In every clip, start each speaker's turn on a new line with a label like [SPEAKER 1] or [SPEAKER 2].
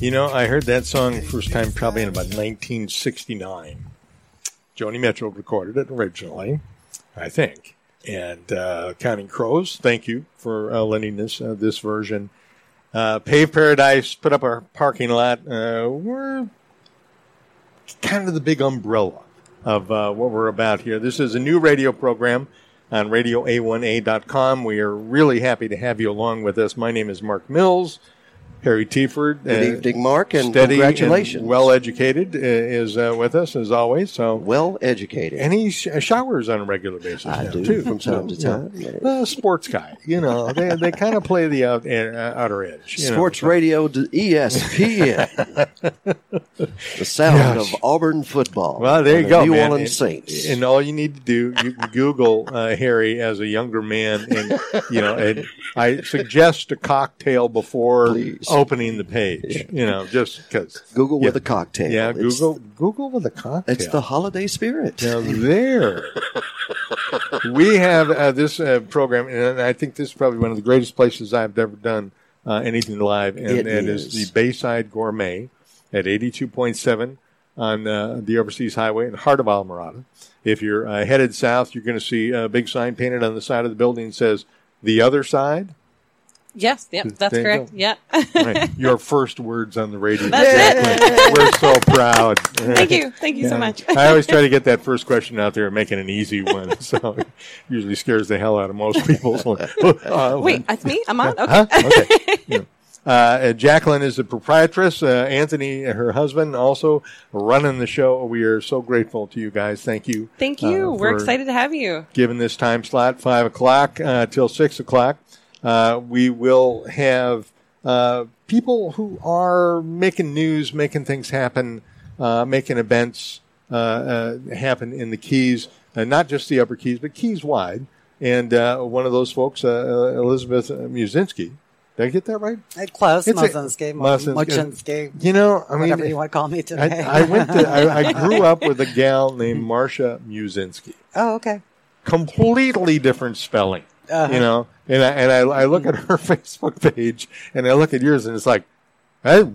[SPEAKER 1] You know, I heard that song first time probably in about 1969. Joni Mitchell recorded it originally, I think. And uh, Counting Crows, thank you for uh, lending this uh, this version. Uh, Pave Paradise put up our parking lot. Uh, we're kind of the big umbrella of uh, what we're about here. This is a new radio program on radioa1a.com. We are really happy to have you along with us. My name is Mark Mills. Harry Tieford.
[SPEAKER 2] Good
[SPEAKER 1] uh,
[SPEAKER 2] evening, Mark, and
[SPEAKER 1] steady
[SPEAKER 2] congratulations.
[SPEAKER 1] well educated uh, is uh, with us as always. So,
[SPEAKER 2] well educated.
[SPEAKER 1] and he sh- uh, showers on a regular basis
[SPEAKER 2] I
[SPEAKER 1] now,
[SPEAKER 2] do,
[SPEAKER 1] too,
[SPEAKER 2] from time to
[SPEAKER 1] yeah.
[SPEAKER 2] time.
[SPEAKER 1] Uh, sports guy, you know, they they kind of play the out, uh, outer edge. you know.
[SPEAKER 2] Sports radio to E ESPN. the sound
[SPEAKER 1] Gosh.
[SPEAKER 2] of Auburn football.
[SPEAKER 1] Well, there
[SPEAKER 2] and
[SPEAKER 1] you
[SPEAKER 2] the
[SPEAKER 1] go,
[SPEAKER 2] New
[SPEAKER 1] man.
[SPEAKER 2] Orleans
[SPEAKER 1] and,
[SPEAKER 2] Saints.
[SPEAKER 1] and all you need to do, you can Google uh, Harry as a younger man, and you know, and I suggest a cocktail before
[SPEAKER 2] Please.
[SPEAKER 1] opening the page. You know, just because.
[SPEAKER 2] Google with
[SPEAKER 1] yeah.
[SPEAKER 2] a cocktail.
[SPEAKER 1] Yeah,
[SPEAKER 2] It's-
[SPEAKER 1] Google Google with a cocktail.
[SPEAKER 2] It's the holiday spirit.
[SPEAKER 1] Now there, we have uh, this uh, program, and I think this is probably one of the greatest places I've ever done uh, anything live, and
[SPEAKER 2] It
[SPEAKER 1] that is
[SPEAKER 2] is.
[SPEAKER 1] the Bayside Gourmet at eighty-two point seven on uh, the Overseas Highway in the heart of Almirada. If you're uh, headed south, you're going to see a big sign painted on the side of the building that says "The Other Side."
[SPEAKER 3] Yes, yep, that's
[SPEAKER 1] There you
[SPEAKER 3] correct.
[SPEAKER 1] go.
[SPEAKER 3] Yep.
[SPEAKER 1] Right. Your first words on the radio.
[SPEAKER 3] That's
[SPEAKER 1] it. We're so proud.
[SPEAKER 3] Thank you. Thank you so much.
[SPEAKER 1] I always try to get that first question out there, making an easy one. So it usually scares the hell out of most people. So, uh,
[SPEAKER 3] Wait, that's me? I'm on? Okay.
[SPEAKER 1] huh? Okay. Yeah. Uh, uh, Jacqueline is the proprietress. Uh, Anthony, her husband, also running the show. We are so grateful to you guys. Thank you.
[SPEAKER 3] Thank you.
[SPEAKER 1] uh,
[SPEAKER 3] We're
[SPEAKER 1] for
[SPEAKER 3] excited to have you.
[SPEAKER 1] Given this time slot, five o'clock uh, till six o'clock, uh, we will have uh, people who are making news, making things happen, uh, making events uh, uh, happen in the Keys, uh, not just the Upper Keys, but Keys wide. And uh, one of those folks, uh, uh, Elizabeth Musinski. Did I get that right?
[SPEAKER 4] Uh, Close,
[SPEAKER 1] It's a-
[SPEAKER 4] Mosinski,
[SPEAKER 1] Mosinski.
[SPEAKER 4] Muchinski,
[SPEAKER 1] You know, I mean,
[SPEAKER 4] whatever you want to call me today.
[SPEAKER 1] I, I went. To, I, I grew up with a gal named Marcia Musinski.
[SPEAKER 4] oh, okay.
[SPEAKER 1] completely different spelling.
[SPEAKER 4] Uh-huh.
[SPEAKER 1] You know, and I, and I, I look at her Facebook page and I look at yours and it's like, I,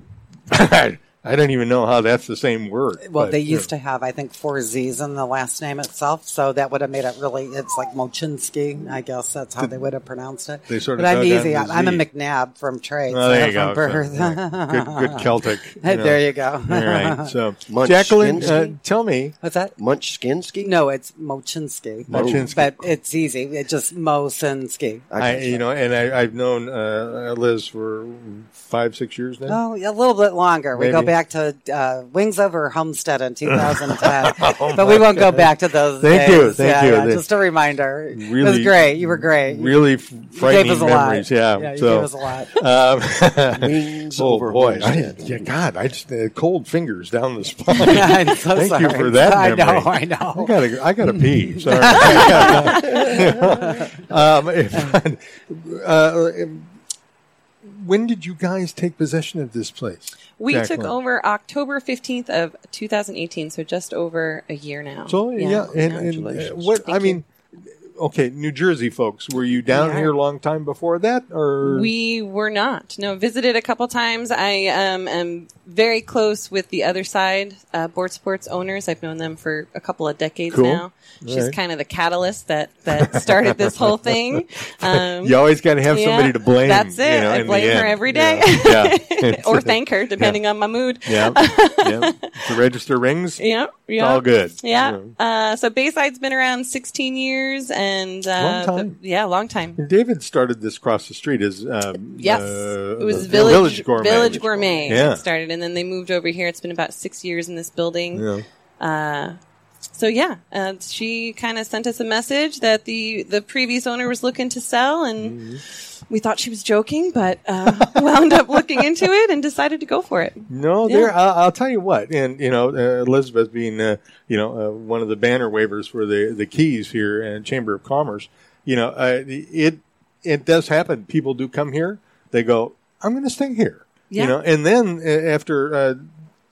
[SPEAKER 1] I don't even know how that's the same word.
[SPEAKER 4] Well,
[SPEAKER 1] but,
[SPEAKER 4] they
[SPEAKER 1] you
[SPEAKER 4] used
[SPEAKER 1] know.
[SPEAKER 4] to have, I think, four Z's in the last name itself, so that would have made it really. It's like Mochinski, I guess that's how they would have pronounced it.
[SPEAKER 1] They sort of
[SPEAKER 4] but I'm
[SPEAKER 1] dug out
[SPEAKER 4] easy.
[SPEAKER 1] the
[SPEAKER 4] I'm, I'm a
[SPEAKER 1] Z.
[SPEAKER 4] McNabb from trade,
[SPEAKER 1] Oh, there you
[SPEAKER 4] so
[SPEAKER 1] go.
[SPEAKER 4] from
[SPEAKER 1] So,
[SPEAKER 4] birth.
[SPEAKER 1] yeah. good, good Celtic.
[SPEAKER 4] there you go.
[SPEAKER 1] All right. So,
[SPEAKER 2] Munch-
[SPEAKER 1] Jacqueline, uh,
[SPEAKER 2] Inskeep?
[SPEAKER 1] tell me.
[SPEAKER 4] What's that?
[SPEAKER 2] Munchkinski?
[SPEAKER 4] No, it's Mochinski.
[SPEAKER 1] Mochinski.
[SPEAKER 4] But it's easy. It's just Mosinski.
[SPEAKER 1] I, you know, and I, I've known uh, Liz for five, six years now.
[SPEAKER 4] Oh, a little bit longer. We go
[SPEAKER 1] Maybe.
[SPEAKER 4] back to uh, Wings Over Homestead in 2010, but we won't go back to those.
[SPEAKER 1] Oh, Thank
[SPEAKER 4] days.
[SPEAKER 1] you, thank
[SPEAKER 4] yeah,
[SPEAKER 1] you.
[SPEAKER 4] yeah,
[SPEAKER 1] They-
[SPEAKER 4] just a reminder. it was
[SPEAKER 1] Really-
[SPEAKER 4] great. You were great. You
[SPEAKER 1] Really f- frightening
[SPEAKER 4] gave us a
[SPEAKER 1] memories.
[SPEAKER 4] lot.
[SPEAKER 1] Yeah.
[SPEAKER 4] you
[SPEAKER 1] so,
[SPEAKER 4] gave us a lot.
[SPEAKER 1] um,
[SPEAKER 2] Wings
[SPEAKER 1] oh
[SPEAKER 2] over
[SPEAKER 1] boy, I,
[SPEAKER 2] Homestead.
[SPEAKER 1] yeah, God, I just uh, cold fingers down the spine.
[SPEAKER 4] I'm so
[SPEAKER 1] Thank
[SPEAKER 4] sorry.
[SPEAKER 1] you for that
[SPEAKER 4] I know.
[SPEAKER 1] memory.
[SPEAKER 4] I
[SPEAKER 1] I
[SPEAKER 4] know.
[SPEAKER 1] gotta, I gotta pee. Sorry. um, if- uh, when did you guys take possession of this place?
[SPEAKER 3] We
[SPEAKER 1] Jacqueline?
[SPEAKER 3] took over October 15th of 2018, so just over a year now.
[SPEAKER 1] So yeah, and, and uh,
[SPEAKER 2] Congratulations.
[SPEAKER 1] what I
[SPEAKER 3] Thank you.
[SPEAKER 1] mean, okay, New Jersey folks, were you down
[SPEAKER 3] Yeah.
[SPEAKER 1] here a long time before that, or
[SPEAKER 3] We were not. No, visited a couple times. I um, am very close with the other side, uh, Board Sports owners. I've known them for a couple of decades
[SPEAKER 1] Cool.
[SPEAKER 3] now. She's
[SPEAKER 1] right.
[SPEAKER 3] kind of the catalyst that, that started this whole thing. Um,
[SPEAKER 1] you always got to have
[SPEAKER 3] yeah,
[SPEAKER 1] somebody to blame?
[SPEAKER 3] That's it.
[SPEAKER 1] you know,
[SPEAKER 3] I
[SPEAKER 1] in the
[SPEAKER 3] blame her
[SPEAKER 1] end.
[SPEAKER 3] every day.
[SPEAKER 1] Yeah. Yeah.
[SPEAKER 3] or thank her, depending on my mood.
[SPEAKER 1] yeah, yeah. The register rings.
[SPEAKER 3] Yeah, yeah.
[SPEAKER 1] All good.
[SPEAKER 3] Yeah.
[SPEAKER 1] You
[SPEAKER 3] Uh, so Bayside's been around 16 years and uh,
[SPEAKER 1] Long time.
[SPEAKER 3] the- yeah, long time.
[SPEAKER 1] David started this across the street as um,
[SPEAKER 3] Yes,
[SPEAKER 1] uh,
[SPEAKER 3] it was
[SPEAKER 1] the
[SPEAKER 3] Village
[SPEAKER 1] gourmet.
[SPEAKER 3] Village Gourmet
[SPEAKER 1] Yeah.
[SPEAKER 3] that started, and then they moved over here. It's been about six years in this building.
[SPEAKER 1] Yeah.
[SPEAKER 3] Uh, so yeah, uh, she kind of sent us a message that the the previous owner was looking to sell, and
[SPEAKER 1] Mm-hmm.
[SPEAKER 3] we thought she was joking, but uh, wound up looking into it and decided to go for it.
[SPEAKER 1] No,
[SPEAKER 3] Yeah.
[SPEAKER 1] there. I'll, I'll tell you what, and you know, uh, Elizabeth being, uh, you know, uh, one of the banner wavers for the the keys here and Chamber of Commerce, you know, uh, it it does happen. People do come here. They go, I'm going to stay here,
[SPEAKER 3] Yeah.
[SPEAKER 1] you know, and then uh, after. Uh,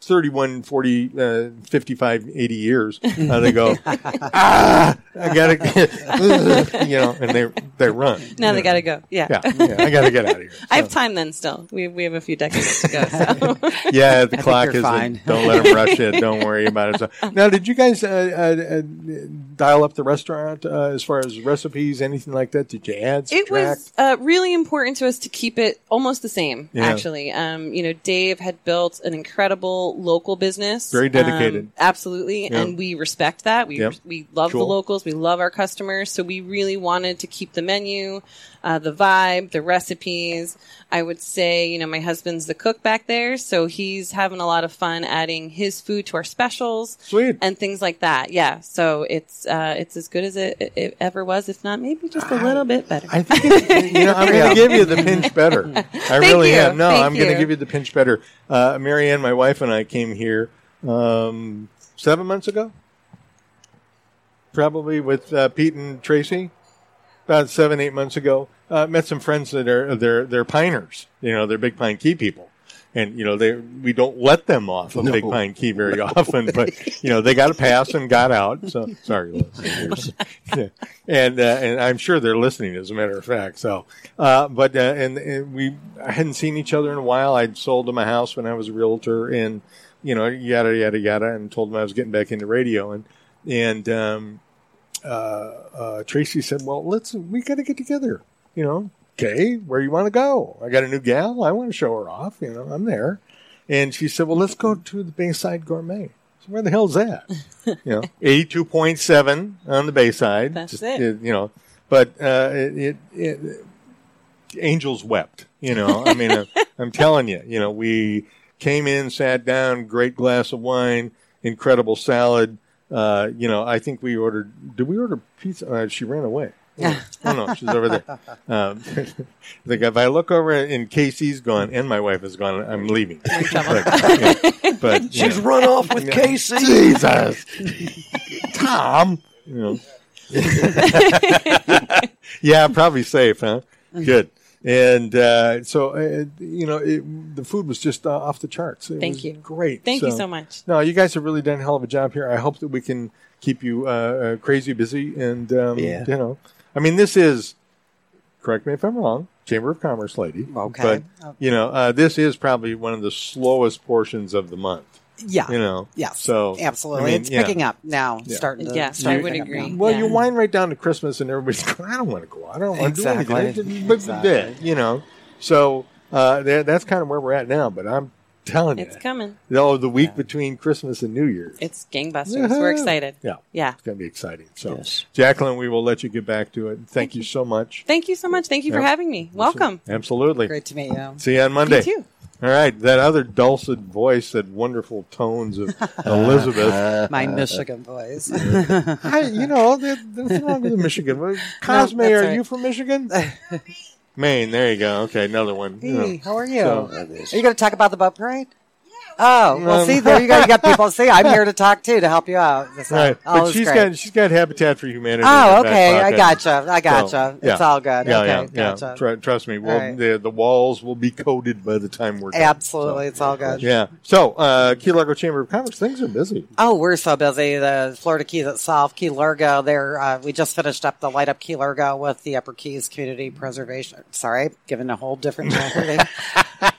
[SPEAKER 1] 31, 40, uh, 55, 80 years, uh, they go, ah, I gotta, you know, and they they run.
[SPEAKER 3] Now they
[SPEAKER 1] Yeah.
[SPEAKER 3] gotta go. Yeah.
[SPEAKER 1] Yeah, yeah, I gotta get out of here.
[SPEAKER 3] I have time then still. We, we have a few decades to go. So.
[SPEAKER 1] Yeah, the
[SPEAKER 4] think
[SPEAKER 1] clock
[SPEAKER 4] you're
[SPEAKER 1] is.
[SPEAKER 4] fine.
[SPEAKER 1] Like, don't let them rush it. Don't worry about it. So, now, did you guys uh, uh, uh, dial up the restaurant uh, as far as recipes, anything like that? Did you add?
[SPEAKER 3] it was uh, really important to us to keep it almost the same
[SPEAKER 1] Yeah.
[SPEAKER 3] actually um, you know dave had built an incredible local business
[SPEAKER 1] Very dedicated.
[SPEAKER 3] um, absolutely
[SPEAKER 1] Yeah.
[SPEAKER 3] and we respect that we,
[SPEAKER 1] Yep.
[SPEAKER 3] we love the
[SPEAKER 1] Cool.
[SPEAKER 3] locals we love our customers so we really wanted to keep the menu uh, the vibe the recipes i would say you know my husband's the cook back there so he's having a lot of fun adding his food to our specials
[SPEAKER 1] Sweet.
[SPEAKER 3] and things like that. Yeah. So it's uh, it's as good as it, it, it ever was, if not maybe just a little bit better.
[SPEAKER 1] I think it- you know I'm going to give you the pinch better. I really
[SPEAKER 3] you.
[SPEAKER 1] am. No,
[SPEAKER 3] Thank
[SPEAKER 1] I'm going to
[SPEAKER 3] you.
[SPEAKER 1] give you the pinch better. Uh, Marianne, my wife, and I came here um, seven months ago, probably with uh, Pete and Tracy, about seven eight months ago. Uh, met some friends that are they're they're piners. You know, they're big pine key people. And you know they we don't let them off of
[SPEAKER 2] No.
[SPEAKER 1] Big Pine Key very often, but you know they got a pass and got out. So sorry, Liz. Yeah. and uh, and I'm sure they're listening, as a matter of fact. So, uh, but uh, and, and we I hadn't seen each other in a while. I'd sold them a house when I was a realtor, and you know yada yada yada, and told them I was getting back into radio, and and um, uh, uh, Tracy said, "Well, let's we got to get together." You know, okay, where you want to go? I got a new gal. I want to show her off. You know, I'm there. And she said, "Well, let's go to the Bayside Gourmet." So where the hell's that? you know, eighty-two point seven on the Bayside.
[SPEAKER 3] That's it.
[SPEAKER 1] You know, but uh, it, it, it angels wept. You know, I mean, I'm, I'm telling you. You know, we came in, sat down, great glass of wine, incredible salad. Uh, you know, I think we ordered. Did we order pizza? Uh, she ran away. Oh no, she's over there. Um, I think if I look over and Casey's gone and my wife is gone, I'm leaving. But, yeah, but, you
[SPEAKER 2] She's
[SPEAKER 1] know.
[SPEAKER 2] run off with
[SPEAKER 1] Yeah.
[SPEAKER 2] Casey.
[SPEAKER 1] Jesus, Tom. You know. yeah, probably safe, huh?
[SPEAKER 3] Mm.
[SPEAKER 1] Good. And uh, so, uh, you know, it, the food was just uh, off the charts. It
[SPEAKER 3] Thank
[SPEAKER 1] was
[SPEAKER 3] you.
[SPEAKER 1] Great.
[SPEAKER 3] Thank you so much.
[SPEAKER 1] No, you guys have really done a hell of a job here. I hope that we can keep you uh, uh, crazy busy. And, um,
[SPEAKER 2] Yeah.
[SPEAKER 1] you know, I mean, this is, correct me if I'm wrong, Chamber of Commerce lady.
[SPEAKER 4] Okay. Um,
[SPEAKER 1] But, you know, uh, this is probably one of the slowest portions of the month,
[SPEAKER 4] Yeah.
[SPEAKER 1] you know.
[SPEAKER 4] Yes.
[SPEAKER 1] So,
[SPEAKER 4] absolutely.
[SPEAKER 1] I mean,
[SPEAKER 4] it's
[SPEAKER 1] yeah.
[SPEAKER 4] picking up now.
[SPEAKER 1] Yeah.
[SPEAKER 4] Starting to.
[SPEAKER 3] Yeah,
[SPEAKER 4] starting
[SPEAKER 3] I would
[SPEAKER 4] to pick up
[SPEAKER 3] agree.
[SPEAKER 4] now.
[SPEAKER 1] Well,
[SPEAKER 3] Yeah.
[SPEAKER 1] you wind right down to Christmas, and everybody's going, "I don't want to go out. I don't want to do
[SPEAKER 4] Exactly.
[SPEAKER 1] anything." I didn't- But
[SPEAKER 4] Exactly.
[SPEAKER 1] that, you know, so uh, that, that's kind of where we're at now. But I'm telling
[SPEAKER 3] It's
[SPEAKER 1] you,
[SPEAKER 3] coming.
[SPEAKER 1] though, the week between Christmas and New Year's,
[SPEAKER 3] It's gangbusters.
[SPEAKER 1] Woohoo.
[SPEAKER 3] We're excited.
[SPEAKER 1] yeah,
[SPEAKER 3] Yeah.
[SPEAKER 1] it's going to be exciting. So,
[SPEAKER 2] Yes.
[SPEAKER 1] Jacqueline, we will let you get back to it. Thank, you so much.
[SPEAKER 3] Thank you so much. Thank you for
[SPEAKER 1] Yeah.
[SPEAKER 3] having me. Welcome.
[SPEAKER 1] Absolutely.
[SPEAKER 4] Great to meet you.
[SPEAKER 1] See you on Monday.
[SPEAKER 3] You too.
[SPEAKER 1] All right. That other dulcet voice, that wonderful tones of
[SPEAKER 2] Uh,
[SPEAKER 1] Elizabeth.
[SPEAKER 4] My Michigan voice.
[SPEAKER 1] I, you know, there, there's wrong with Michigan. Cosme,
[SPEAKER 4] that's
[SPEAKER 1] are
[SPEAKER 4] right.
[SPEAKER 1] you from Michigan? Maine. There you go. Okay, another one. Oh.
[SPEAKER 4] Hey, how are you?
[SPEAKER 1] So-
[SPEAKER 4] are you going to talk about the boat parade? Oh, well,
[SPEAKER 1] Um,
[SPEAKER 4] see, there you go. You got people. See, I'm here to talk too to help you out. So,
[SPEAKER 1] All right,
[SPEAKER 4] all
[SPEAKER 1] but
[SPEAKER 4] is
[SPEAKER 1] she's
[SPEAKER 4] great.
[SPEAKER 1] got she's got Habitat for Humanity.
[SPEAKER 4] Oh,
[SPEAKER 1] in her
[SPEAKER 4] okay.
[SPEAKER 1] back
[SPEAKER 4] I
[SPEAKER 1] pocket.
[SPEAKER 4] gotcha. I gotcha.
[SPEAKER 1] So,
[SPEAKER 4] It's all good.
[SPEAKER 1] Yeah,
[SPEAKER 4] okay.
[SPEAKER 1] yeah, yeah.
[SPEAKER 4] Gotcha.
[SPEAKER 1] Tru- trust me, we'll,
[SPEAKER 4] All right.
[SPEAKER 1] the the walls will be coated by the time we're done.
[SPEAKER 4] Absolutely. It's all good.
[SPEAKER 1] So, yeah. So, uh, Key Largo Chamber of Commerce, things are busy.
[SPEAKER 4] Oh, we're so busy. The Florida Keys itself, Key Largo, there, uh, we just finished up the Light Up Key Largo with the Upper Keys Community Preservation. Sorry, given a whole different translation.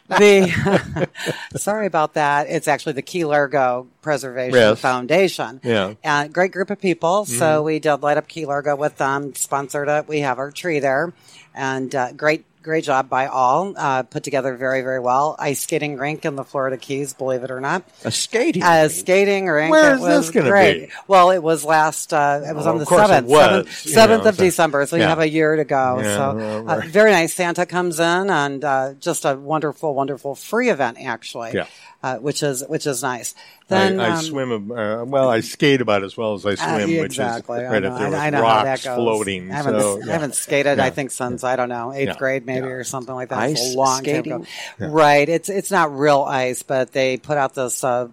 [SPEAKER 4] the, sorry about that. It's actually the Key Largo Preservation
[SPEAKER 1] Yes.
[SPEAKER 4] Foundation.
[SPEAKER 1] Yeah.
[SPEAKER 4] Uh, great group of people. So
[SPEAKER 1] Mm-hmm.
[SPEAKER 4] we did Light Up Key Largo with them, sponsored it. We have our tree there. And uh, great, great job by all. Uh, put together very, very well. Ice skating rink in the Florida Keys, believe it or not
[SPEAKER 2] A skating.
[SPEAKER 4] a
[SPEAKER 2] rink.
[SPEAKER 4] skating rink.
[SPEAKER 1] Where
[SPEAKER 4] It
[SPEAKER 1] is this
[SPEAKER 4] was
[SPEAKER 1] gonna
[SPEAKER 4] great.
[SPEAKER 1] be?
[SPEAKER 4] Well, it was last. Uh, it was
[SPEAKER 1] Well, of
[SPEAKER 4] on the
[SPEAKER 1] course it
[SPEAKER 4] seventh,
[SPEAKER 1] was,
[SPEAKER 4] seventh,
[SPEAKER 1] you
[SPEAKER 4] seventh
[SPEAKER 1] know,
[SPEAKER 4] of
[SPEAKER 1] so-
[SPEAKER 4] December. So you
[SPEAKER 1] Yeah.
[SPEAKER 4] have a year to go.
[SPEAKER 1] Yeah,
[SPEAKER 4] so
[SPEAKER 1] well,
[SPEAKER 4] uh,
[SPEAKER 1] right.
[SPEAKER 4] very nice. Santa comes in and uh, just a wonderful, wonderful free event actually,
[SPEAKER 1] Yeah.
[SPEAKER 4] uh, which is which is nice. Then
[SPEAKER 1] I, I
[SPEAKER 4] um,
[SPEAKER 1] swim, uh, well, I skate about as well as I
[SPEAKER 4] uh,
[SPEAKER 1] swim, which is
[SPEAKER 4] exactly. I
[SPEAKER 1] right
[SPEAKER 4] know,
[SPEAKER 1] up there with
[SPEAKER 4] I, I know how that
[SPEAKER 1] rocks
[SPEAKER 4] goes.
[SPEAKER 1] floating.
[SPEAKER 4] I haven't,
[SPEAKER 1] so,
[SPEAKER 4] I
[SPEAKER 1] yeah.
[SPEAKER 4] haven't skated.
[SPEAKER 1] Yeah.
[SPEAKER 4] I think since I don't know eighth
[SPEAKER 1] Yeah.
[SPEAKER 4] grade maybe
[SPEAKER 1] Yeah.
[SPEAKER 4] or something like that.
[SPEAKER 2] Ice
[SPEAKER 4] it's a long
[SPEAKER 2] skating?
[SPEAKER 4] time ago. Right. It's it's not real ice, but they put out this uh,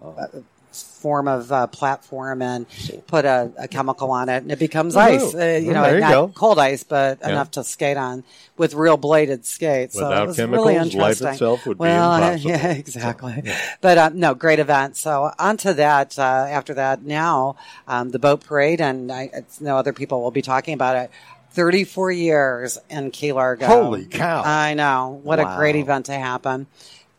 [SPEAKER 4] form of uh, platform and put a, a chemical on it, and it becomes
[SPEAKER 1] Oh,
[SPEAKER 4] ice. Uh, you know,
[SPEAKER 1] there you
[SPEAKER 4] not
[SPEAKER 1] go.
[SPEAKER 4] cold ice, but
[SPEAKER 1] Yeah.
[SPEAKER 4] enough to skate on with real bladed skates. so
[SPEAKER 1] Without
[SPEAKER 4] it was
[SPEAKER 1] chemicals,
[SPEAKER 4] really
[SPEAKER 1] life
[SPEAKER 4] interesting.
[SPEAKER 1] itself would be
[SPEAKER 4] well, uh,
[SPEAKER 1] impossible.
[SPEAKER 4] Yeah, exactly. But um, no, great event. So onto that. Uh, after that, now um, the boat parade, and I, it's, no other people will be talking about it. Thirty-four years in Key Largo.
[SPEAKER 1] Holy cow.
[SPEAKER 4] I know. What a great
[SPEAKER 2] Wow.
[SPEAKER 4] event to happen.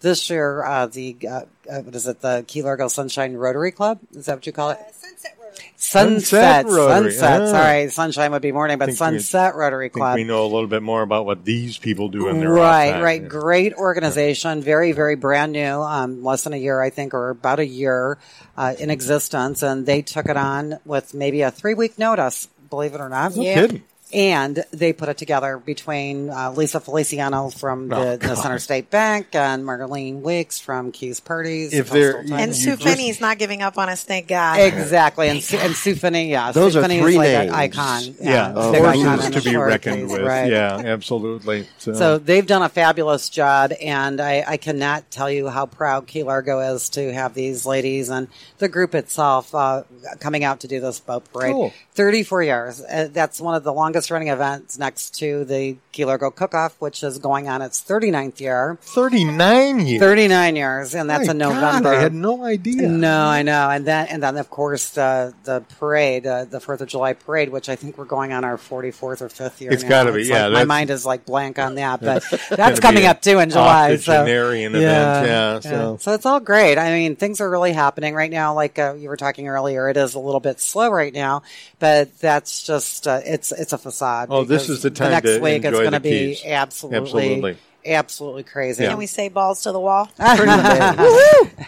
[SPEAKER 4] This year, uh, the uh, uh, what is it? The Key Largo Sunshine Rotary Club. Is that what you call it?
[SPEAKER 5] Uh, Sunset Rotary.
[SPEAKER 1] Sunset
[SPEAKER 4] Sunset.
[SPEAKER 1] Rotary.
[SPEAKER 4] Sunset.
[SPEAKER 1] Ah.
[SPEAKER 4] Sorry, sunshine would be morning, but
[SPEAKER 1] Think we-
[SPEAKER 4] Sunset Rotary
[SPEAKER 1] I think
[SPEAKER 4] Club.
[SPEAKER 1] we know a little bit more about what these people do in their off
[SPEAKER 4] Right,
[SPEAKER 1] time.
[SPEAKER 4] right. Great organization. Very, very brand new. Um, less than a year, I think, or about a year uh, in existence. And they took it on with maybe a three week notice, believe it or not.
[SPEAKER 1] No kidding.
[SPEAKER 4] And they put it together between uh, Lisa Feliciano from the,
[SPEAKER 1] Oh,
[SPEAKER 4] the
[SPEAKER 1] God.
[SPEAKER 4] Center State Bank and Marlene Weeks from Keys Parties.
[SPEAKER 1] If they're-
[SPEAKER 4] Coastal Times.
[SPEAKER 5] And Sue Finney's not giving up on us, thank God.
[SPEAKER 4] Exactly, and, Su- and Sue Finney, yeah,
[SPEAKER 2] Those
[SPEAKER 4] Sue
[SPEAKER 2] are
[SPEAKER 4] Finney
[SPEAKER 2] three
[SPEAKER 4] is like
[SPEAKER 2] names.
[SPEAKER 4] an icon,
[SPEAKER 1] Yeah, uh,
[SPEAKER 4] big
[SPEAKER 2] Or
[SPEAKER 4] icon
[SPEAKER 2] who's
[SPEAKER 4] in
[SPEAKER 1] to
[SPEAKER 4] the
[SPEAKER 1] be
[SPEAKER 4] shore
[SPEAKER 1] reckoned
[SPEAKER 4] case,
[SPEAKER 1] with.
[SPEAKER 4] right.
[SPEAKER 1] Yeah, absolutely. So,
[SPEAKER 4] So they've done a fabulous job, and I, I cannot tell you how proud Key Largo is to have these ladies and the group itself uh, coming out to do this boat parade.
[SPEAKER 1] Cool.
[SPEAKER 4] 34 years. Uh, that's one of the longest running events next to the Key Largo Cook-Off, which is going on its 39th year.
[SPEAKER 1] 39 years.
[SPEAKER 4] 39 years, and that's
[SPEAKER 1] My
[SPEAKER 4] in
[SPEAKER 1] God,
[SPEAKER 4] November.
[SPEAKER 1] I had no idea.
[SPEAKER 4] No, I know, and then and then of course the the parade, uh, the Fourth of July parade, which I think we're going on our forty fourth or fifth year.
[SPEAKER 1] It's
[SPEAKER 4] now.
[SPEAKER 1] gotta be,
[SPEAKER 4] It's
[SPEAKER 1] yeah,
[SPEAKER 4] like- my
[SPEAKER 1] that's-
[SPEAKER 4] mind is like blank on that, but
[SPEAKER 1] Gonna
[SPEAKER 4] that's
[SPEAKER 1] be
[SPEAKER 4] coming
[SPEAKER 1] an
[SPEAKER 4] up too in July. So
[SPEAKER 1] octogenarian event, yeah, so-
[SPEAKER 4] it's all great. I mean, things are really happening right now. Like uh, you were talking earlier, it is a little bit slow right now, but that's just uh, it's it's a facade.
[SPEAKER 1] Oh, this
[SPEAKER 4] because
[SPEAKER 1] is the time
[SPEAKER 4] next
[SPEAKER 1] to
[SPEAKER 4] week it's
[SPEAKER 1] enjoy
[SPEAKER 4] gonna
[SPEAKER 1] the
[SPEAKER 4] be
[SPEAKER 1] Keys.
[SPEAKER 4] absolutely,
[SPEAKER 1] Absolutely.
[SPEAKER 4] absolutely, crazy.
[SPEAKER 1] Yeah.
[SPEAKER 5] Can we say balls to the wall?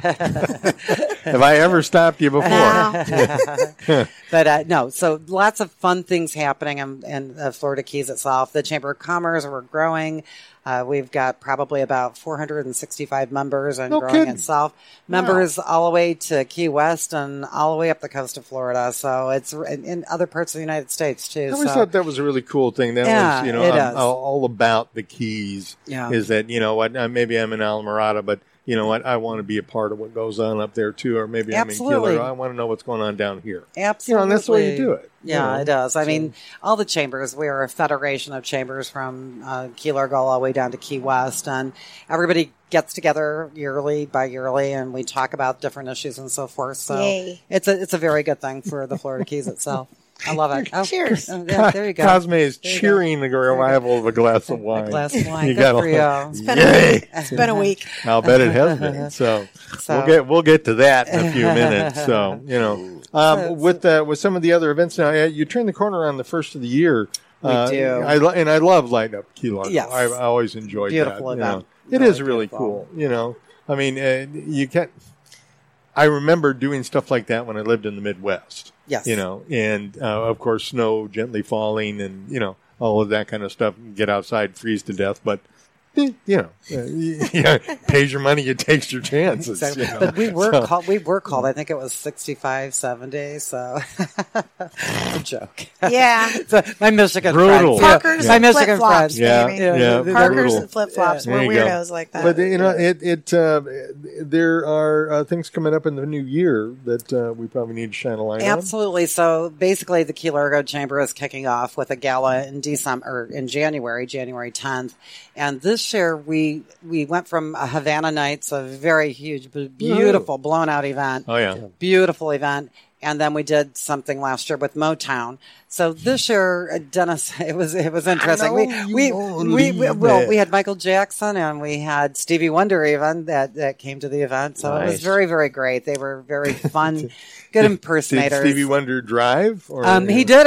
[SPEAKER 1] Have I ever stopped you before?
[SPEAKER 5] No.
[SPEAKER 4] But uh, no, so lots of fun things happening in, in uh, Florida Keys itself. The Chamber of Commerce, we're growing. Uh, we've got probably about 465 members and
[SPEAKER 1] No
[SPEAKER 4] growing
[SPEAKER 1] kidding.
[SPEAKER 4] itself. Members all the way to Key West and all the way up the coast of Florida. So it's and in other parts of the United States too.
[SPEAKER 1] I always
[SPEAKER 4] so.
[SPEAKER 1] thought that was a really cool thing. That
[SPEAKER 4] uh, Yeah,
[SPEAKER 1] was, you know,
[SPEAKER 4] it
[SPEAKER 1] I'm
[SPEAKER 4] is.
[SPEAKER 1] all- all about the keys.
[SPEAKER 4] Yeah.
[SPEAKER 1] Is that you know what? uh, Maybe I'm in Alamorada, but you know what? I want to be a part of what goes on up there too, or maybe I'm in
[SPEAKER 4] Absolutely.
[SPEAKER 1] Killer. I want to know what's going on down here. You
[SPEAKER 4] Absolutely.
[SPEAKER 1] know, and that's the way you do it, you
[SPEAKER 4] Yeah,
[SPEAKER 1] know.
[SPEAKER 4] it does. I mean, all the chambers, we are a federation of chambers from uh, Key Largo all the way down to Key West. And everybody gets together yearly by yearly and we talk about different issues and so forth. So
[SPEAKER 5] Yay.
[SPEAKER 4] it's a it's a very good thing for the Florida Keys itself. I love it. Oh,
[SPEAKER 5] Cheers.
[SPEAKER 4] oh, yeah, there you go.
[SPEAKER 1] Cosme is
[SPEAKER 4] There you go.
[SPEAKER 1] cheering the arrival of a glass of wine.
[SPEAKER 4] glass of wine.
[SPEAKER 1] You
[SPEAKER 4] Good
[SPEAKER 1] got
[SPEAKER 4] for you.
[SPEAKER 5] been a
[SPEAKER 1] Yay!
[SPEAKER 5] It's been a week.
[SPEAKER 1] I'll bet it has been. So,
[SPEAKER 4] So-
[SPEAKER 1] we'll get we'll get to that in a few minutes. So you know, um, with the, with some of the other events now, uh, you turn the corner on the first of the year. uh,
[SPEAKER 4] We do.
[SPEAKER 1] I lo- and I love lighting up Key Largo.
[SPEAKER 4] Yes.
[SPEAKER 1] I, I always enjoyed
[SPEAKER 4] Beautiful
[SPEAKER 1] that. you know.
[SPEAKER 4] event.
[SPEAKER 1] It
[SPEAKER 4] Really
[SPEAKER 1] is really
[SPEAKER 4] beautiful.
[SPEAKER 1] cool. You know, I mean, uh, you can't. I remember doing stuff like that when I lived in the Midwest.
[SPEAKER 4] Yes.
[SPEAKER 1] You know, and uh, of course, snow gently falling and, you know, all of that kind of stuff. You get outside, freeze to death, but, eh, you know, uh, y- yeah, pays your money, it takes your chances.
[SPEAKER 4] Exactly.
[SPEAKER 1] you know.
[SPEAKER 4] But we were
[SPEAKER 1] So-
[SPEAKER 4] called. We were called. I think it was 65, 70. So it's a joke.
[SPEAKER 5] Yeah.
[SPEAKER 4] So my Michigan
[SPEAKER 1] Brutal.
[SPEAKER 4] friends. yeah.
[SPEAKER 5] Parkers
[SPEAKER 4] My
[SPEAKER 5] and
[SPEAKER 4] Michigan
[SPEAKER 5] flip flops,
[SPEAKER 4] friends.
[SPEAKER 1] Yeah,
[SPEAKER 5] baby.
[SPEAKER 1] yeah,
[SPEAKER 4] Yeah,
[SPEAKER 1] brutal.
[SPEAKER 5] Parkers and flip flops.
[SPEAKER 1] Yeah.
[SPEAKER 5] We're
[SPEAKER 1] There you go.
[SPEAKER 5] weirdos like that.
[SPEAKER 1] But you know, it it uh, there are uh, things coming up in the new year that uh, we probably need to shine a light
[SPEAKER 4] Absolutely. So basically, the Key Largo Chamber is kicking off with a gala in December or in January, January 10th. And this year, we we went from a Havana Nights, a very huge, b- beautiful, blown out event.
[SPEAKER 1] on. Oh yeah,
[SPEAKER 4] beautiful event. And then we did something last year with Motown. So this year, uh, Dennis, it was it was interesting.
[SPEAKER 1] know you
[SPEAKER 4] We we
[SPEAKER 1] won't
[SPEAKER 4] we, we
[SPEAKER 1] leave
[SPEAKER 4] well
[SPEAKER 1] it.
[SPEAKER 4] we had Michael Jackson and we had Stevie Wonder even that that came to the event. So it
[SPEAKER 2] Nice.
[SPEAKER 4] was very very great. They were very fun, good
[SPEAKER 1] did
[SPEAKER 4] impersonators.
[SPEAKER 1] Stevie Wonder drive? Or,
[SPEAKER 4] um, he did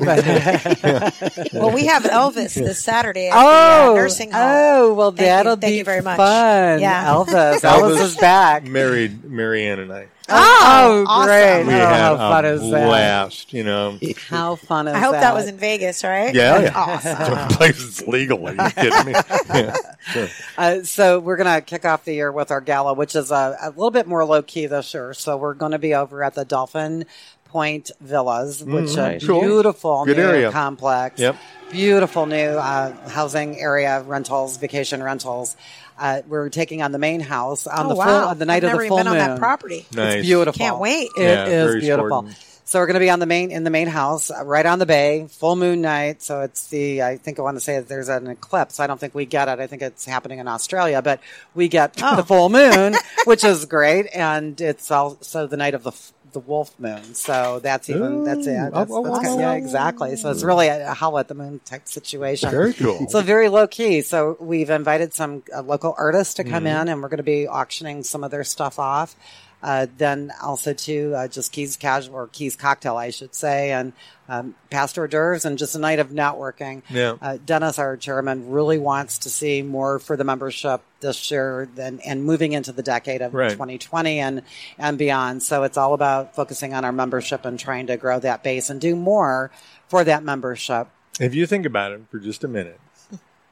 [SPEAKER 4] but
[SPEAKER 5] well, we have Elvis this Saturday at the,
[SPEAKER 4] oh
[SPEAKER 5] uh, nursing home.
[SPEAKER 4] oh well,
[SPEAKER 5] Thank you.
[SPEAKER 4] that'll
[SPEAKER 5] Thank
[SPEAKER 4] be
[SPEAKER 5] you very much.
[SPEAKER 4] fun.
[SPEAKER 5] Yeah.
[SPEAKER 4] Elvis, Elvis is back.
[SPEAKER 1] married Marianne and I.
[SPEAKER 4] Oh,
[SPEAKER 5] awesome.
[SPEAKER 4] great!
[SPEAKER 1] We
[SPEAKER 4] oh,
[SPEAKER 1] had
[SPEAKER 4] how
[SPEAKER 1] a
[SPEAKER 4] fun is that?
[SPEAKER 1] blast. You know,
[SPEAKER 4] How fun is
[SPEAKER 5] I hope that, was
[SPEAKER 4] that
[SPEAKER 5] in Vegas, right?
[SPEAKER 1] Yeah,
[SPEAKER 5] That's
[SPEAKER 1] yeah.
[SPEAKER 5] Awesome.
[SPEAKER 1] place it's legal. Are you kidding me? Yeah. So,
[SPEAKER 4] Uh, so we're going to kick off the year with our gala, which is a, a little bit more low key this year. So we're going to be over at the Dolphin Point Villas,
[SPEAKER 5] Mm,
[SPEAKER 4] which
[SPEAKER 1] Mhm.
[SPEAKER 4] a
[SPEAKER 2] Nice.
[SPEAKER 1] Cool.
[SPEAKER 4] beautiful
[SPEAKER 1] Good
[SPEAKER 4] new
[SPEAKER 1] area.
[SPEAKER 4] complex.
[SPEAKER 1] Yep.
[SPEAKER 4] Beautiful new uh, housing area rentals, vacation rentals. Uh, we're taking on the main house on
[SPEAKER 5] oh,
[SPEAKER 4] the
[SPEAKER 5] wow.
[SPEAKER 4] full, on the night
[SPEAKER 5] I've
[SPEAKER 4] of the
[SPEAKER 5] never
[SPEAKER 4] full
[SPEAKER 5] even been
[SPEAKER 4] moon.
[SPEAKER 5] on that property.
[SPEAKER 1] Nice.
[SPEAKER 4] It's beautiful.
[SPEAKER 5] Can't wait.
[SPEAKER 4] It is
[SPEAKER 1] Yeah, very
[SPEAKER 4] beautiful.
[SPEAKER 1] sporting.
[SPEAKER 4] So we're going to be on the main in the main house, uh, right on the bay, full moon night. So it's the I think I want to say that there's an eclipse. I don't think we get it. I think it's happening in Australia, but we get
[SPEAKER 5] Oh.
[SPEAKER 4] the full moon, which is great, and it's also the night of the f- the wolf moon. So that's even that's it.
[SPEAKER 1] Ooh,
[SPEAKER 4] That's-
[SPEAKER 1] oh, oh,
[SPEAKER 4] that's-
[SPEAKER 5] oh,
[SPEAKER 4] yeah,
[SPEAKER 5] oh.
[SPEAKER 4] exactly. So it's really a, a howl at the moon type situation.
[SPEAKER 1] Very cool.
[SPEAKER 4] So very low key. So we've invited some uh, local artists to
[SPEAKER 1] Mm-hmm.
[SPEAKER 4] come in, and we're going to be auctioning some of their stuff off. Uh, then also to uh, just Keys Casual or Keys Cocktail, I should say, and um, past hors d'oeuvres, and just a night of networking.
[SPEAKER 1] Yeah.
[SPEAKER 4] Uh, Dennis, our chairman, really wants to see more for the membership this year than, and moving into the decade of
[SPEAKER 1] Right.
[SPEAKER 4] 2020 and, and beyond. So it's all about focusing on our membership and trying to grow that base and do more for that membership.
[SPEAKER 1] if you think about it for just a minute,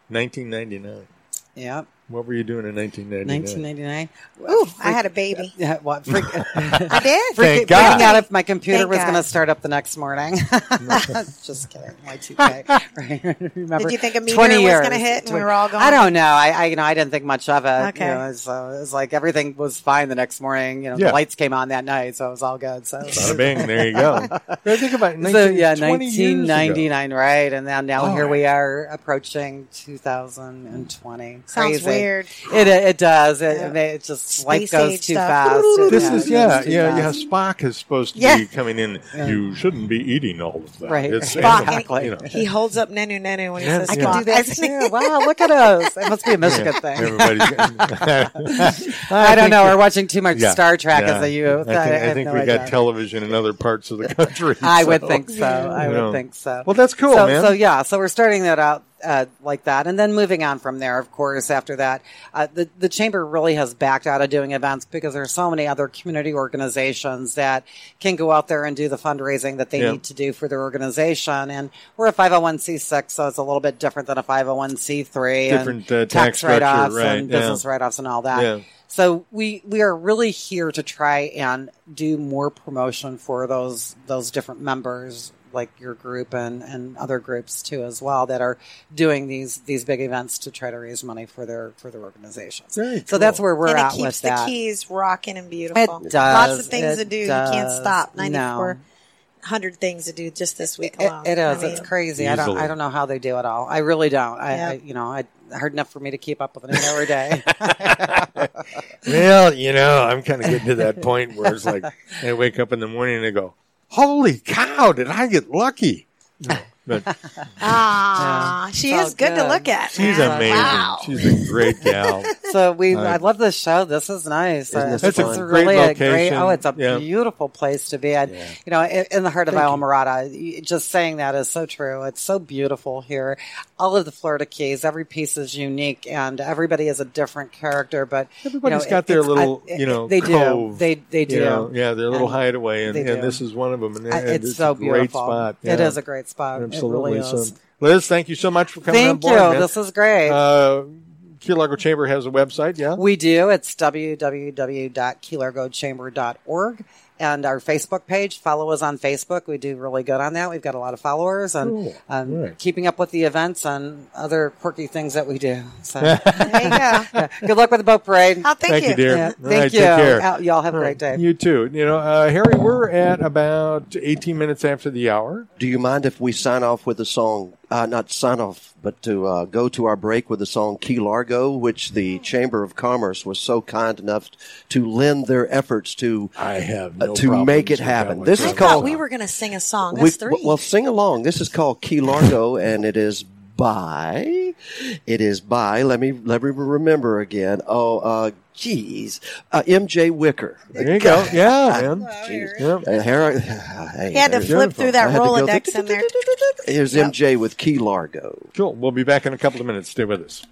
[SPEAKER 1] 1999.
[SPEAKER 4] Yep.
[SPEAKER 1] What were you doing in 1999?
[SPEAKER 4] 1999.
[SPEAKER 5] Ooh, I had a baby.
[SPEAKER 4] Yeah, well, freak,
[SPEAKER 5] I
[SPEAKER 1] Thank
[SPEAKER 5] did.
[SPEAKER 4] freaking,
[SPEAKER 1] God.
[SPEAKER 4] freaking out if my computer
[SPEAKER 5] Thank
[SPEAKER 4] was going to
[SPEAKER 5] God.
[SPEAKER 4] start up the next morning. Just kidding. Y2K. Right. Remember,
[SPEAKER 5] Did you think a meteor
[SPEAKER 4] 20
[SPEAKER 5] was
[SPEAKER 4] years.
[SPEAKER 5] gonna hit and we were all going-
[SPEAKER 4] I don't know. I, I, you know, I didn't think much of it.
[SPEAKER 5] Okay.
[SPEAKER 4] You know, it, was, uh, it was like everything was fine the next morning. You know,
[SPEAKER 1] Yeah.
[SPEAKER 4] the lights came on that night, so it was all good. So.
[SPEAKER 1] Bada bing, there you go. But think about it, 19,
[SPEAKER 4] So yeah,
[SPEAKER 1] 20 years ago.
[SPEAKER 4] 1999, right? And now, now
[SPEAKER 1] Oh.
[SPEAKER 4] here we are approaching 2020.
[SPEAKER 5] Sounds
[SPEAKER 4] Crazy.
[SPEAKER 5] weird.
[SPEAKER 4] It it does. It,
[SPEAKER 5] Yeah.
[SPEAKER 4] it- it just life
[SPEAKER 5] Space
[SPEAKER 4] goes
[SPEAKER 5] age
[SPEAKER 4] too
[SPEAKER 5] stuff.
[SPEAKER 4] fast.
[SPEAKER 1] This
[SPEAKER 4] It
[SPEAKER 1] is yeah,
[SPEAKER 4] goes too
[SPEAKER 1] yeah, yeah.
[SPEAKER 4] fast.
[SPEAKER 1] Spock is supposed to be
[SPEAKER 5] Yeah.
[SPEAKER 1] coming in. You shouldn't be eating all of that.
[SPEAKER 4] Right.
[SPEAKER 1] It's
[SPEAKER 4] Spock,
[SPEAKER 1] animal,
[SPEAKER 4] exactly.
[SPEAKER 1] you know.
[SPEAKER 5] He holds up Nenu Nenu when he
[SPEAKER 1] Yeah,
[SPEAKER 5] says,
[SPEAKER 1] I
[SPEAKER 5] I
[SPEAKER 1] can
[SPEAKER 5] can
[SPEAKER 1] do
[SPEAKER 5] do
[SPEAKER 4] That
[SPEAKER 5] this.
[SPEAKER 4] too. Wow, look at us. It must be a Michigan thing.
[SPEAKER 1] Everybody's getting-
[SPEAKER 4] I, don't
[SPEAKER 1] think
[SPEAKER 4] know.
[SPEAKER 1] we-
[SPEAKER 4] We're watching too much
[SPEAKER 1] yeah,
[SPEAKER 4] Star Trek
[SPEAKER 1] yeah.
[SPEAKER 4] as a youth.
[SPEAKER 1] I think, I
[SPEAKER 4] have
[SPEAKER 1] think
[SPEAKER 4] no
[SPEAKER 1] we
[SPEAKER 4] idea.
[SPEAKER 1] got television in other parts of the country.
[SPEAKER 4] I
[SPEAKER 1] so-
[SPEAKER 4] would think so. I
[SPEAKER 1] Yeah.
[SPEAKER 4] would think so.
[SPEAKER 1] Well, that's cool,
[SPEAKER 4] so,
[SPEAKER 1] man.
[SPEAKER 4] so yeah, so we're starting that out uh, like that, and then moving on from there. Of course, after that, uh, the the chamber really has backed out of doing events because there's so many other community organizations that can go out there and do the fundraising that they
[SPEAKER 1] Yeah.
[SPEAKER 4] need to do for their organization. And we're a 501c6, so it's a little bit different than a 501c3.
[SPEAKER 1] Different,
[SPEAKER 4] and
[SPEAKER 1] uh, tax structure,
[SPEAKER 4] write-offs
[SPEAKER 1] right,
[SPEAKER 4] and
[SPEAKER 1] yeah.
[SPEAKER 4] business write-offs and all that.
[SPEAKER 1] Yeah.
[SPEAKER 4] So we we are really here to try and do more promotion for those those different members like your group and, and other groups too as well that are doing these these big events to try to raise money for their for their organizations.
[SPEAKER 1] Very
[SPEAKER 4] So that's
[SPEAKER 1] cool.
[SPEAKER 4] where we're
[SPEAKER 5] and
[SPEAKER 4] at
[SPEAKER 5] it
[SPEAKER 4] with
[SPEAKER 5] keeps the
[SPEAKER 4] that.
[SPEAKER 5] keys rocking and beautiful.
[SPEAKER 4] It does.
[SPEAKER 5] Lots of things
[SPEAKER 4] It
[SPEAKER 5] to do. You can't
[SPEAKER 4] does.
[SPEAKER 5] stop.
[SPEAKER 4] No.
[SPEAKER 5] 94, 100 things to do just this week
[SPEAKER 4] It,
[SPEAKER 5] alone.
[SPEAKER 4] it
[SPEAKER 5] I
[SPEAKER 4] is.
[SPEAKER 5] mean,
[SPEAKER 4] it's crazy. I don't.
[SPEAKER 1] Easily.
[SPEAKER 4] I don't know how they do it all. I really don't. I,
[SPEAKER 5] Yeah.
[SPEAKER 4] I you know, I hard enough for me to keep up with it every day.
[SPEAKER 1] Well, you know, I'm kind of getting to that point where it's like I wake up in the morning and I go, "Holy cow, did I get lucky?" No, but
[SPEAKER 5] Ah, she
[SPEAKER 4] It's all
[SPEAKER 5] is good,
[SPEAKER 4] good.
[SPEAKER 5] to look at.
[SPEAKER 1] she's
[SPEAKER 5] man.
[SPEAKER 1] amazing.
[SPEAKER 5] Wow.
[SPEAKER 1] She's a great gal.
[SPEAKER 4] so we.
[SPEAKER 1] Right.
[SPEAKER 4] I love this show. This is nice.
[SPEAKER 2] Isn't this
[SPEAKER 4] It's
[SPEAKER 2] It's a fun?
[SPEAKER 1] great
[SPEAKER 4] really a great.
[SPEAKER 1] location.
[SPEAKER 4] Oh, it's a
[SPEAKER 1] Yeah.
[SPEAKER 4] beautiful place to be. And
[SPEAKER 1] Yeah.
[SPEAKER 4] you know, in, in the heart of Isla Morada, you- just saying that is so true. It's so beautiful here. All of the Florida Keys, every piece is unique, and everybody is a different character. But everybody
[SPEAKER 1] Everybody's
[SPEAKER 4] you know, it-
[SPEAKER 1] got their
[SPEAKER 4] it's-
[SPEAKER 1] little,
[SPEAKER 4] I-
[SPEAKER 1] you know,
[SPEAKER 4] they
[SPEAKER 1] cove,
[SPEAKER 4] do. They they
[SPEAKER 1] you
[SPEAKER 4] do.
[SPEAKER 1] know, yeah, their little
[SPEAKER 4] And
[SPEAKER 1] hideaway, and,
[SPEAKER 4] they
[SPEAKER 1] and
[SPEAKER 4] do.
[SPEAKER 1] this is one of them. And,
[SPEAKER 4] I-
[SPEAKER 1] and
[SPEAKER 4] it's, so
[SPEAKER 1] a
[SPEAKER 4] beautiful.
[SPEAKER 1] great spot.
[SPEAKER 4] It
[SPEAKER 1] Yeah.
[SPEAKER 4] is a great spot.
[SPEAKER 1] absolutely.
[SPEAKER 4] It really is.
[SPEAKER 1] So, Liz, thank you so much for coming on
[SPEAKER 4] Thank you.
[SPEAKER 1] board. man.
[SPEAKER 4] This is great.
[SPEAKER 1] uh, Key Largo Chamber has a website. Yeah,
[SPEAKER 4] We do. It's www.keylargochamber.org. And our Facebook page, follow us on Facebook. We do really good on that. We've got a lot of followers and
[SPEAKER 1] Cool.
[SPEAKER 4] um,
[SPEAKER 1] Right.
[SPEAKER 4] keeping up with the events and other quirky things that we do. So,
[SPEAKER 5] There you go.
[SPEAKER 4] good luck with the boat parade.
[SPEAKER 5] Oh, thank,
[SPEAKER 1] Thank you,
[SPEAKER 5] you.
[SPEAKER 1] dear.
[SPEAKER 4] Yeah,
[SPEAKER 1] All
[SPEAKER 4] thank
[SPEAKER 1] right,
[SPEAKER 4] you.
[SPEAKER 1] take care.
[SPEAKER 4] Uh, Y'all have a great day.
[SPEAKER 1] You too. You know, uh, Harry, we're at about 18 minutes after the hour.
[SPEAKER 2] Do you mind if we sign off with a song? Uh, not sign off, but to uh, go to our break with the song Key Largo, which the Chamber of Commerce was so kind enough to lend their efforts to.
[SPEAKER 1] I have
[SPEAKER 2] no Uh, to make it problems with happen. that This is
[SPEAKER 5] I
[SPEAKER 2] whatsoever.
[SPEAKER 5] thought
[SPEAKER 2] called-
[SPEAKER 5] we were going to sing a song.
[SPEAKER 2] We-
[SPEAKER 5] That's three.
[SPEAKER 2] well, sing along. This is called Key Largo, and it is by. It is by. Let me let me remember again. Oh, uh, geez, uh, M.J. Wicker.
[SPEAKER 1] There you go. Yeah, man.
[SPEAKER 2] Jeez.
[SPEAKER 1] Yeah.
[SPEAKER 2] Uh, Harry- hey,
[SPEAKER 5] he had to
[SPEAKER 2] there's-
[SPEAKER 1] Beautiful.
[SPEAKER 5] flip through
[SPEAKER 2] I
[SPEAKER 5] that
[SPEAKER 2] had to go-
[SPEAKER 5] Rolodex in there.
[SPEAKER 2] Here's MJ with Key Largo.
[SPEAKER 1] Cool. We'll be back in a couple of minutes. Stay with us.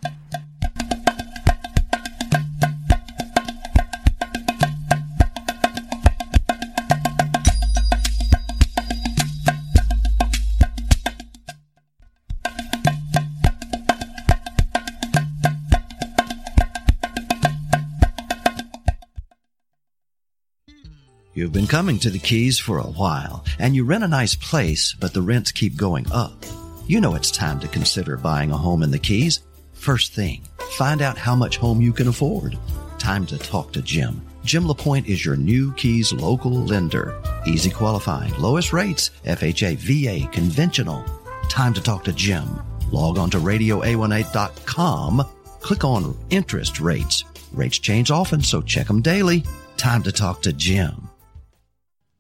[SPEAKER 6] You've been coming to the Keys for a while, and you rent a nice place, but the rents keep going up. You know it's time to consider buying a home in the Keys. First thing, find out how much home you can afford. Time to talk to Jim. Jim LaPointe is your new Keys local lender. Easy qualifying, lowest rates, FHA, VA, conventional. Time to talk to Jim. Log on to radioa18.com, click on interest rates. Rates change often, so check them daily. Time to talk to Jim.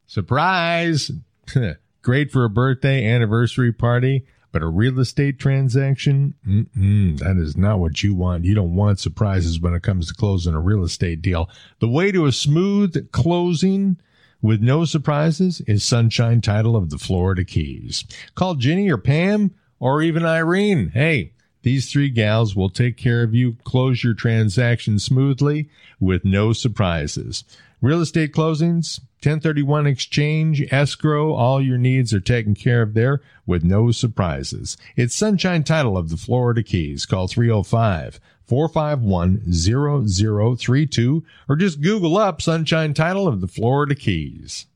[SPEAKER 7] Surprise! Great for a birthday anniversary party, but a real estate transaction? Mm-mm, that is not what you want. You don't want surprises when it comes to closing a real estate deal. The way to a smooth closing with no surprises is Sunshine Title of the Florida Keys. Call Ginny or Pam or even Irene. Hey, these three gals will take care of you, close your transaction smoothly with no surprises. Real estate closings, 1031 exchange, escrow, all your needs are taken care of there with no surprises. It's Sunshine Title of the Florida Keys. Call 305 451 0032 or just Google up Sunshine Title of the Florida Keys.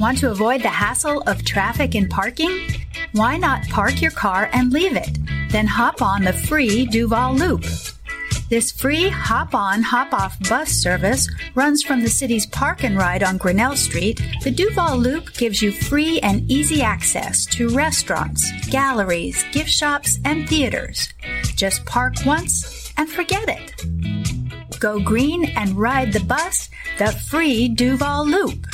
[SPEAKER 8] Want to avoid the hassle of traffic and parking? Why not park your car and leave it? Then hop on the free Duval Loop. This free hop on, hop off bus service runs from the city's park and ride on Grinnell Street. The Duval Loop gives you free and easy access to restaurants, galleries, gift shops, and theaters. Just park once and forget it. Go green and ride the bus, the free Duval Loop.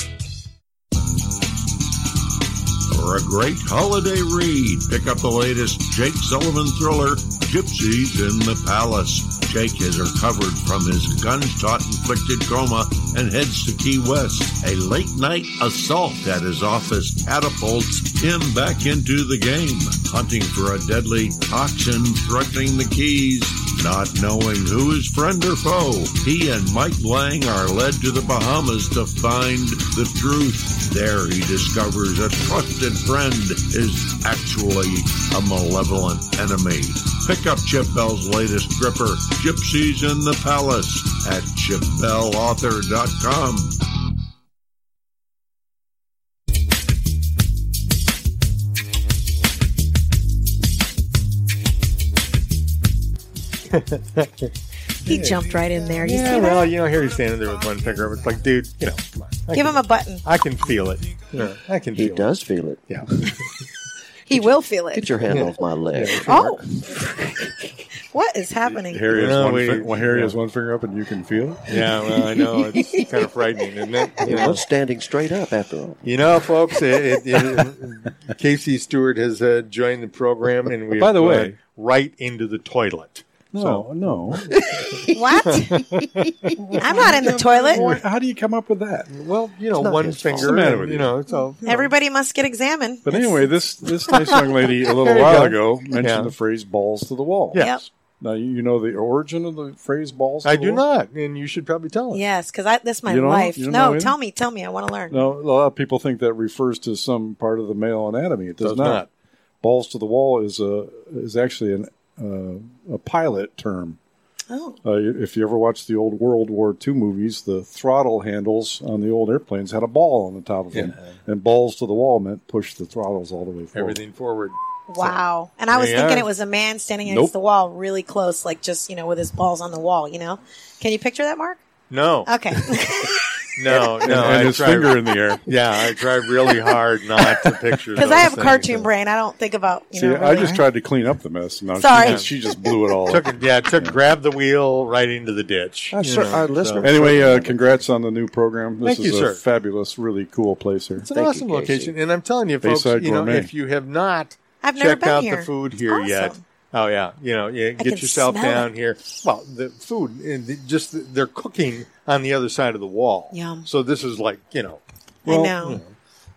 [SPEAKER 9] For a great holiday read, pick up the latest Jake Sullivan thriller, Gypsies in the Palace. Jake has recovered from his gunshot inflicted coma and heads to Key West. A late night assault at his office catapults him back into the game, hunting for a deadly toxin threatening the Keys. Not knowing who is friend or foe, he and Mike Lang are led to the Bahamas to find the truth. There he discovers a trusted friend is actually a malevolent enemy. Pick up Chip Bell's latest gripper, Gypsies in the Palace, at chipbellauthor.com.
[SPEAKER 5] He jumped right in there. You
[SPEAKER 1] Yeah,
[SPEAKER 5] see that?
[SPEAKER 1] well, you know, here he's standing there with one finger up. It's like, dude, you know, come on. I
[SPEAKER 5] Give
[SPEAKER 1] can,
[SPEAKER 5] him a button.
[SPEAKER 1] I can feel it. Yeah, I can
[SPEAKER 2] He
[SPEAKER 1] feel it.
[SPEAKER 2] does feel it.
[SPEAKER 1] Yeah.
[SPEAKER 5] He will feel it.
[SPEAKER 2] Get your hand off my leg.
[SPEAKER 5] Oh. what is happening?
[SPEAKER 1] Harry, has
[SPEAKER 7] No,
[SPEAKER 1] one
[SPEAKER 7] we-
[SPEAKER 1] fi- well, Harry has one finger up and you can feel it. Yeah, well, I know. It's kind of frightening, isn't it?
[SPEAKER 2] You know, standing straight up after all.
[SPEAKER 1] You know, folks, it, it, it, Casey Stewart has uh, joined the program, and we
[SPEAKER 10] By
[SPEAKER 1] have
[SPEAKER 10] the
[SPEAKER 1] gone
[SPEAKER 10] way-
[SPEAKER 1] right into the toilet.
[SPEAKER 10] No, no.
[SPEAKER 5] What? I'm not in the toilet.
[SPEAKER 10] How do you come up with that?
[SPEAKER 1] Well, you know,
[SPEAKER 2] not
[SPEAKER 1] one
[SPEAKER 2] his fault.
[SPEAKER 1] finger,
[SPEAKER 10] What's the matter with
[SPEAKER 1] and,
[SPEAKER 10] you?
[SPEAKER 1] you know, it's all.
[SPEAKER 5] Everybody must get examined.
[SPEAKER 10] But anyway, this this nice young lady a little
[SPEAKER 1] you
[SPEAKER 10] while
[SPEAKER 1] go.
[SPEAKER 10] ago mentioned
[SPEAKER 1] Yeah.
[SPEAKER 10] the phrase "balls to the wall."
[SPEAKER 1] Yes,
[SPEAKER 10] Now you, you know the origin of the phrase "balls." To
[SPEAKER 1] I
[SPEAKER 10] the
[SPEAKER 1] do
[SPEAKER 10] wall?
[SPEAKER 1] not, and you should probably tell us.
[SPEAKER 5] Yes, because this is my
[SPEAKER 10] You don't-
[SPEAKER 5] life.
[SPEAKER 10] you don't know
[SPEAKER 5] No,
[SPEAKER 10] either?
[SPEAKER 5] tell me, tell me. I want to learn.
[SPEAKER 10] No, a lot of people think that refers to some part of the male anatomy. It does,
[SPEAKER 1] Does
[SPEAKER 10] not.
[SPEAKER 1] not.
[SPEAKER 10] Balls to the wall is a is actually an uh, a pilot term.
[SPEAKER 5] Oh,
[SPEAKER 10] Uh, if you ever watch the old World War II movies, the throttle handles on the old airplanes had a ball on the top of them, and balls to the wall meant push the throttles all the way forward.
[SPEAKER 1] Everything forward.
[SPEAKER 5] wow. And I was
[SPEAKER 1] There you
[SPEAKER 5] thinking
[SPEAKER 1] are.
[SPEAKER 5] it was a man standing
[SPEAKER 10] Nope.
[SPEAKER 5] against the wall really close, like just, you know, with his balls on the wall, you know? Can you picture that, Mark?
[SPEAKER 1] No,
[SPEAKER 5] Okay.
[SPEAKER 1] no, no.
[SPEAKER 10] and,
[SPEAKER 1] I
[SPEAKER 10] and his
[SPEAKER 1] try-
[SPEAKER 10] finger in the air.
[SPEAKER 1] Yeah, I try really hard not to picture.
[SPEAKER 5] Because
[SPEAKER 1] those
[SPEAKER 5] I have a
[SPEAKER 1] things.
[SPEAKER 5] cartoon brain. I don't think about, you
[SPEAKER 10] See,
[SPEAKER 5] know.
[SPEAKER 10] I
[SPEAKER 5] really-
[SPEAKER 10] just tried to clean up the mess. Now she
[SPEAKER 5] Sorry.
[SPEAKER 10] just- she, just blew it all. up.
[SPEAKER 1] Took it, yeah, took grab the wheel right into the ditch.
[SPEAKER 2] Uh,
[SPEAKER 1] you
[SPEAKER 2] sir,
[SPEAKER 1] know,
[SPEAKER 2] our
[SPEAKER 1] so-
[SPEAKER 2] listeners-
[SPEAKER 10] Anyway, uh, congrats on the new program. This
[SPEAKER 1] Thank
[SPEAKER 10] is
[SPEAKER 1] you,
[SPEAKER 10] a
[SPEAKER 1] sir.
[SPEAKER 10] fabulous, really cool place here.
[SPEAKER 1] It's an
[SPEAKER 2] Thank you,
[SPEAKER 1] awesome
[SPEAKER 2] Casey.
[SPEAKER 1] location, and I'm telling you, folks,
[SPEAKER 10] Bayside
[SPEAKER 1] you know,
[SPEAKER 10] Gourmet.
[SPEAKER 1] if you have not
[SPEAKER 5] I've never
[SPEAKER 1] checked
[SPEAKER 5] been
[SPEAKER 1] out
[SPEAKER 5] here.
[SPEAKER 1] the food here
[SPEAKER 5] It's
[SPEAKER 1] yet,
[SPEAKER 5] awesome.
[SPEAKER 1] oh yeah, you know, yeah,
[SPEAKER 5] can
[SPEAKER 1] get yourself
[SPEAKER 5] smell
[SPEAKER 1] down
[SPEAKER 5] it.
[SPEAKER 1] here. Well, the food, and the, just the, they're cooking on the other side of the wall.
[SPEAKER 5] Yum.
[SPEAKER 1] So this is like you know,
[SPEAKER 5] I
[SPEAKER 10] Well,
[SPEAKER 5] know.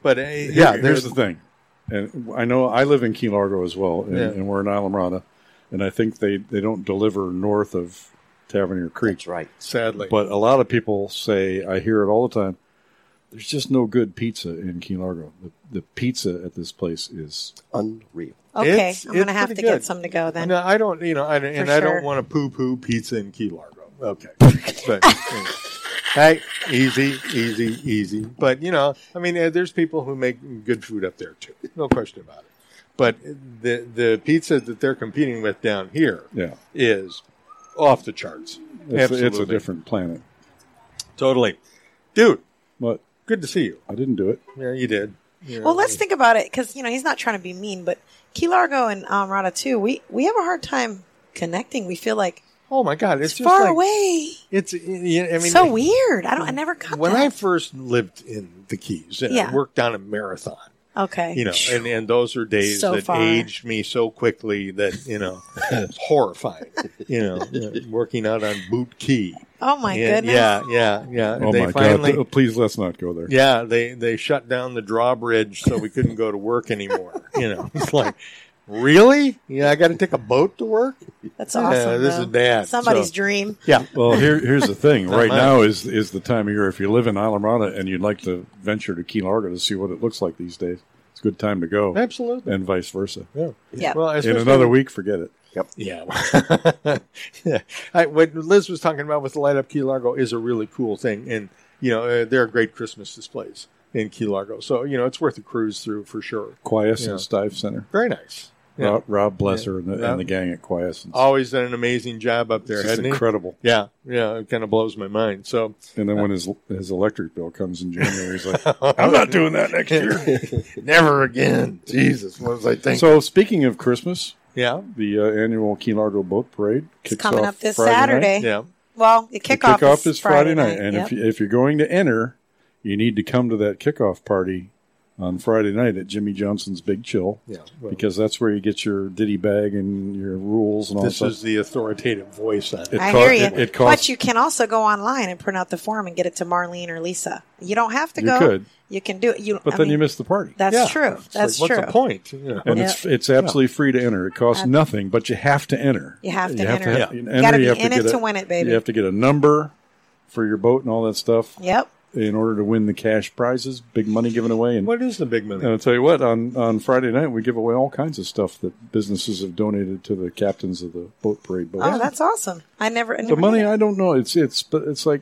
[SPEAKER 1] but uh,
[SPEAKER 10] yeah,
[SPEAKER 1] yeah,
[SPEAKER 10] here's
[SPEAKER 1] there's
[SPEAKER 10] the thing. And I know I live in Key Largo as well, and,
[SPEAKER 1] Yeah.
[SPEAKER 10] and we're in Isla Mirada, and I think they, they don't deliver north of Tavernier Creek.
[SPEAKER 2] That's right.
[SPEAKER 1] sadly,
[SPEAKER 10] But a lot of people say, I hear it all the time, there's just no good pizza in Key Largo. The, the pizza at this place is
[SPEAKER 2] Unreal.
[SPEAKER 5] Okay.
[SPEAKER 1] It's-
[SPEAKER 5] I'm going
[SPEAKER 1] it's
[SPEAKER 5] to have to
[SPEAKER 1] pretty
[SPEAKER 5] get
[SPEAKER 1] good.
[SPEAKER 5] some to go then.
[SPEAKER 1] no, I don't, you know, I, don't- and
[SPEAKER 5] For
[SPEAKER 1] I
[SPEAKER 5] sure.
[SPEAKER 1] don't want to poo-poo pizza in Key Largo. Okay, but, you know, Hey, easy, easy, easy. But you know, I mean, eh, there's people who make good food up there too. No question about it. But the the pizza that they're competing with down here is
[SPEAKER 10] Yeah.
[SPEAKER 1] off the charts.
[SPEAKER 10] It's, a, it's a
[SPEAKER 1] Absolutely.
[SPEAKER 10] different planet.
[SPEAKER 1] Totally, dude.
[SPEAKER 10] But
[SPEAKER 1] Good to see you.
[SPEAKER 10] I didn't do it.
[SPEAKER 1] Yeah, you did.
[SPEAKER 5] Well, let's think about it because you know he's not trying to be mean, but Key Largo and um, Rada too. We we have a hard time connecting. We feel like
[SPEAKER 1] Oh my God, it's,
[SPEAKER 5] it's
[SPEAKER 1] just
[SPEAKER 5] far
[SPEAKER 1] like-
[SPEAKER 5] away.
[SPEAKER 1] It's yeah, I mean,
[SPEAKER 5] so weird. I don't. I never got
[SPEAKER 1] When I
[SPEAKER 5] that.
[SPEAKER 1] first lived in the Keys and I
[SPEAKER 5] Yeah.
[SPEAKER 1] worked on a marathon,
[SPEAKER 5] okay.
[SPEAKER 1] you know, and, and those are days
[SPEAKER 5] So
[SPEAKER 1] that
[SPEAKER 5] far.
[SPEAKER 1] aged me so quickly that, you know, it's horrifying, you know, working out on boot key.
[SPEAKER 5] oh my
[SPEAKER 1] yeah,
[SPEAKER 5] goodness.
[SPEAKER 1] Yeah, yeah, yeah.
[SPEAKER 10] oh
[SPEAKER 1] they
[SPEAKER 10] my
[SPEAKER 1] finally,
[SPEAKER 10] god! Please let's not go there.
[SPEAKER 1] yeah, they, they shut down the drawbridge so we couldn't go to work anymore. You know, it's like, really? Yeah, I got to take a boat to work?
[SPEAKER 5] That's
[SPEAKER 1] Yeah,
[SPEAKER 5] awesome.
[SPEAKER 1] this
[SPEAKER 5] though.
[SPEAKER 1] is bad.
[SPEAKER 5] Somebody's
[SPEAKER 1] So-
[SPEAKER 5] dream.
[SPEAKER 1] Yeah.
[SPEAKER 10] Well, here, here's the thing.
[SPEAKER 1] Not
[SPEAKER 10] right
[SPEAKER 1] mine.
[SPEAKER 10] now is is the time of year if you live in Isla Mirada and you'd like to venture to Key Largo to see what it looks like these days. It's a good time to go,
[SPEAKER 1] Absolutely.
[SPEAKER 10] and vice versa.
[SPEAKER 1] Yeah.
[SPEAKER 5] Yeah.
[SPEAKER 1] Well,
[SPEAKER 10] In
[SPEAKER 1] especially-
[SPEAKER 10] another week, forget it.
[SPEAKER 1] Yeah. yeah. I, what Liz was talking about with the light up Key Largo is a really cool thing. And, you know, uh, there are great Christmas displays in Key Largo. So, you know, it's worth a cruise through for sure.
[SPEAKER 10] Quiescence Dive Center.
[SPEAKER 1] Very nice. Yeah.
[SPEAKER 10] Rob, Rob Blesser and, the,
[SPEAKER 1] Yeah.
[SPEAKER 10] and the gang at Quiescence.
[SPEAKER 1] Always done an amazing job up there,
[SPEAKER 10] It's just
[SPEAKER 1] hasn't he?
[SPEAKER 10] incredible.
[SPEAKER 1] Yeah. Yeah. It kind of blows my mind. So,
[SPEAKER 10] And then when his his electric bill comes in January, he's like, "I'm not doing that next year."
[SPEAKER 1] never again. Jesus. What was I thinking?
[SPEAKER 10] so speaking of Christmas,
[SPEAKER 1] yeah.
[SPEAKER 10] the uh, annual Key Largo Boat Parade kicks
[SPEAKER 5] coming
[SPEAKER 10] off
[SPEAKER 5] up this
[SPEAKER 10] Friday night.
[SPEAKER 5] Saturday.
[SPEAKER 1] Yeah.
[SPEAKER 5] Well, the
[SPEAKER 10] The
[SPEAKER 5] kickoff,
[SPEAKER 10] kickoff
[SPEAKER 5] is, Friday night,
[SPEAKER 10] and
[SPEAKER 5] yep.
[SPEAKER 10] if you, if you're going to enter, you need to come to that kickoff party on Friday night at Jimmy Johnson's Big Chill,
[SPEAKER 1] Yeah. Well,
[SPEAKER 10] because that's where you get your ditty bag and your rules and all
[SPEAKER 1] this
[SPEAKER 2] Uh-huh.
[SPEAKER 10] that.
[SPEAKER 1] is the authoritative voice on it.
[SPEAKER 5] I
[SPEAKER 10] co-
[SPEAKER 5] hear you.
[SPEAKER 10] it- it costs-
[SPEAKER 5] but you can also go online and print out the form and get it to Marlene or Lisa. You don't have to
[SPEAKER 10] You
[SPEAKER 5] go.
[SPEAKER 10] could.
[SPEAKER 5] You can do it. You,
[SPEAKER 10] but
[SPEAKER 5] I
[SPEAKER 10] then
[SPEAKER 5] mean,
[SPEAKER 10] you miss the party.
[SPEAKER 5] That's
[SPEAKER 1] Yeah.
[SPEAKER 5] true.
[SPEAKER 1] It's
[SPEAKER 5] That's
[SPEAKER 1] like,
[SPEAKER 5] true.
[SPEAKER 1] What's the point? You know.
[SPEAKER 10] and it's it's absolutely free to enter. It costs nothing, but you have to enter.
[SPEAKER 5] You have to enter.
[SPEAKER 10] ha-
[SPEAKER 5] Yeah.
[SPEAKER 10] you
[SPEAKER 5] You
[SPEAKER 10] enter,
[SPEAKER 5] gotta
[SPEAKER 10] you
[SPEAKER 5] be
[SPEAKER 10] have
[SPEAKER 5] in it
[SPEAKER 10] get
[SPEAKER 5] to win it, baby.
[SPEAKER 10] You have to get a number for your boat and all that stuff
[SPEAKER 5] Yep.
[SPEAKER 10] in order to win the cash prizes, big money given away, and
[SPEAKER 1] What is the big money?
[SPEAKER 10] And I'll tell you what, on, on Friday night, we give away all kinds of stuff that businesses have donated to the captains of the boat parade. Boat.
[SPEAKER 5] Oh, that's awesome. I never. I never
[SPEAKER 10] the
[SPEAKER 5] knew
[SPEAKER 10] money,
[SPEAKER 5] that.
[SPEAKER 10] I don't know. It's, it's, but it's like,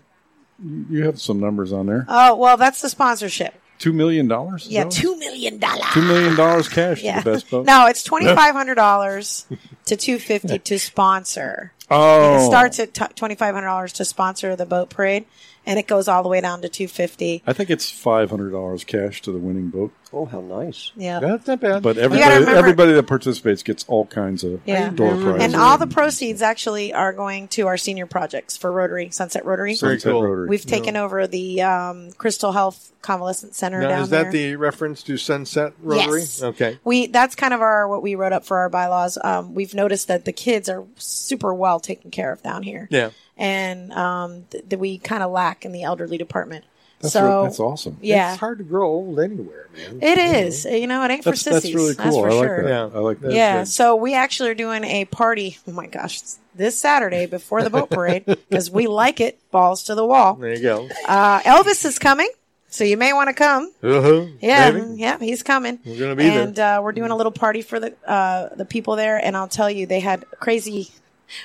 [SPEAKER 10] you you have some numbers on there.
[SPEAKER 5] Oh well, that's the sponsorship.
[SPEAKER 10] $2 million? is
[SPEAKER 5] Yeah,
[SPEAKER 10] that what-
[SPEAKER 5] two million dollars.
[SPEAKER 10] $2 million dollars cash
[SPEAKER 5] Yeah.
[SPEAKER 10] to the best boat.
[SPEAKER 5] No, it's twenty five hundred dollars to two fifty to sponsor.
[SPEAKER 10] oh.
[SPEAKER 5] It starts at t- twenty five hundred dollars to sponsor the boat parade, and it goes all the way down to two fifty.
[SPEAKER 10] I think it's $500 cash to the winning boat.
[SPEAKER 2] Oh, how nice.
[SPEAKER 5] Yeah.
[SPEAKER 1] That's not bad.
[SPEAKER 10] But
[SPEAKER 5] gotta
[SPEAKER 10] everybody,
[SPEAKER 5] remember-
[SPEAKER 10] everybody that participates gets all kinds of
[SPEAKER 5] Yeah. Mm-hmm.
[SPEAKER 10] door prizes.
[SPEAKER 5] And all the proceeds actually are going to our senior projects for Rotary, Sunset Rotary.
[SPEAKER 1] Very
[SPEAKER 10] Sunset
[SPEAKER 1] cool.
[SPEAKER 10] Rotary.
[SPEAKER 5] We've taken over the um, Crystal Health Convalescent Center
[SPEAKER 1] Now,
[SPEAKER 5] down
[SPEAKER 1] is that
[SPEAKER 5] there.
[SPEAKER 1] the reference to Sunset Rotary?
[SPEAKER 5] Yes.
[SPEAKER 1] Okay.
[SPEAKER 5] we that's kind of our what we wrote up for our bylaws. Um, we've noticed that the kids are super well taken care of down here,
[SPEAKER 1] Yeah.
[SPEAKER 5] and um, th- that we kind of lack in the elderly department.
[SPEAKER 10] that's,
[SPEAKER 5] so
[SPEAKER 10] re- that's awesome.
[SPEAKER 5] yeah,
[SPEAKER 1] It's hard to grow old anywhere, man.
[SPEAKER 5] it is. You know, it ain't
[SPEAKER 10] That's,
[SPEAKER 5] for
[SPEAKER 10] that's
[SPEAKER 5] sissies.
[SPEAKER 10] really cool.
[SPEAKER 5] for
[SPEAKER 10] I like
[SPEAKER 5] sure.
[SPEAKER 10] that.
[SPEAKER 1] Yeah.
[SPEAKER 10] I like that.
[SPEAKER 5] Yeah, so we actually are doing a party. Oh my gosh, it's this Saturday before the boat parade because we like it. Balls to the wall.
[SPEAKER 1] There you go.
[SPEAKER 5] Uh, Elvis is coming, so you may want to come.
[SPEAKER 1] Uh-huh.
[SPEAKER 5] Yeah,
[SPEAKER 1] Maybe.
[SPEAKER 5] yeah, he's coming. We're
[SPEAKER 1] gonna be there.
[SPEAKER 5] and, uh, we're doing a little party for the uh, the people there. And I'll tell you, they had crazy.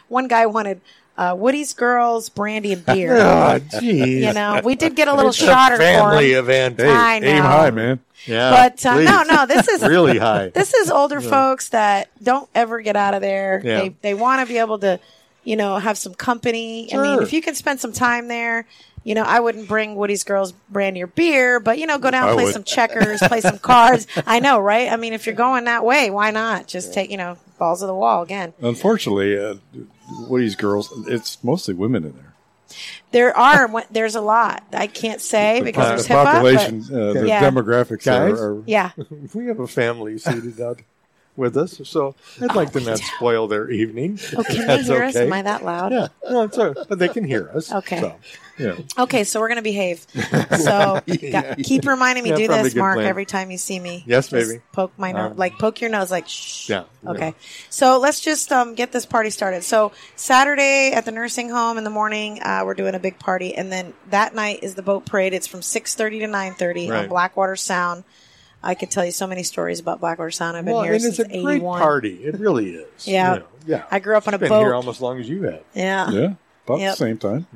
[SPEAKER 5] One guy wanted uh, Woody's girls, brandy, and beer.
[SPEAKER 1] Ah, jeez.
[SPEAKER 5] you know, we did get a little
[SPEAKER 1] It's
[SPEAKER 5] shot
[SPEAKER 1] a
[SPEAKER 5] or
[SPEAKER 1] family
[SPEAKER 5] four.
[SPEAKER 1] event.
[SPEAKER 5] I know.
[SPEAKER 10] Aim high, man.
[SPEAKER 1] Yeah.
[SPEAKER 5] But uh, no,
[SPEAKER 1] please.
[SPEAKER 5] no, this is
[SPEAKER 1] really high.
[SPEAKER 5] this is older folks that don't ever get out of there.
[SPEAKER 1] Yeah.
[SPEAKER 5] They they want to be able to, you know, have some company. I
[SPEAKER 1] Sure.
[SPEAKER 5] mean, if you can spend some time there, you know, I wouldn't bring Woody's girls brandy or beer, but you know, go down,
[SPEAKER 10] I
[SPEAKER 5] play
[SPEAKER 10] would.
[SPEAKER 5] some checkers, play some cards. I know, right? I mean, if you're going that way, why not just take you know balls of the wall again?
[SPEAKER 10] Unfortunately, uh, Woody's girls, it's mostly women in there.
[SPEAKER 5] There are there's a lot I can't say because
[SPEAKER 10] Uh,
[SPEAKER 5] there's
[SPEAKER 10] the
[SPEAKER 5] HIPAA. but-
[SPEAKER 10] population, uh, the
[SPEAKER 5] Yeah.
[SPEAKER 10] demographics are,
[SPEAKER 1] Guys?
[SPEAKER 10] are
[SPEAKER 5] yeah,
[SPEAKER 1] We have a family seated out with us, so I'd like to not spoil their evening.
[SPEAKER 5] oh, can they
[SPEAKER 1] That's
[SPEAKER 5] hear us?
[SPEAKER 1] okay.
[SPEAKER 5] Am I that loud?
[SPEAKER 1] Yeah. No, it's all right. But they can hear us.
[SPEAKER 5] Okay.
[SPEAKER 1] So, yeah.
[SPEAKER 5] Okay, so we're gonna behave. So got- keep reminding me
[SPEAKER 1] Yeah,
[SPEAKER 5] do
[SPEAKER 1] probably
[SPEAKER 5] this,
[SPEAKER 1] good
[SPEAKER 5] Mark,
[SPEAKER 1] plan.
[SPEAKER 5] every time you see me.
[SPEAKER 1] Yes,
[SPEAKER 5] Just
[SPEAKER 1] baby.
[SPEAKER 5] Poke my nose,
[SPEAKER 1] Um,
[SPEAKER 5] like poke your nose, like shh.
[SPEAKER 1] Yeah.
[SPEAKER 5] Okay, so let's just um, get this party started. So Saturday at the nursing home in the morning, uh, we're doing a big party, and then that night is the boat parade. It's from six thirty to nine thirty
[SPEAKER 1] Right.
[SPEAKER 5] on Blackwater Sound. I could tell you so many stories about Blackwater Sound. I've been
[SPEAKER 1] Well,
[SPEAKER 5] here
[SPEAKER 1] and
[SPEAKER 5] since
[SPEAKER 1] it's a great
[SPEAKER 5] '81.
[SPEAKER 1] party. It really is.
[SPEAKER 5] Yeah.
[SPEAKER 1] You know, yeah.
[SPEAKER 5] I grew up on a
[SPEAKER 1] been
[SPEAKER 5] boat.
[SPEAKER 1] here almost as long as you have.
[SPEAKER 5] yeah.
[SPEAKER 10] yeah, about
[SPEAKER 5] Yep.
[SPEAKER 10] the same time.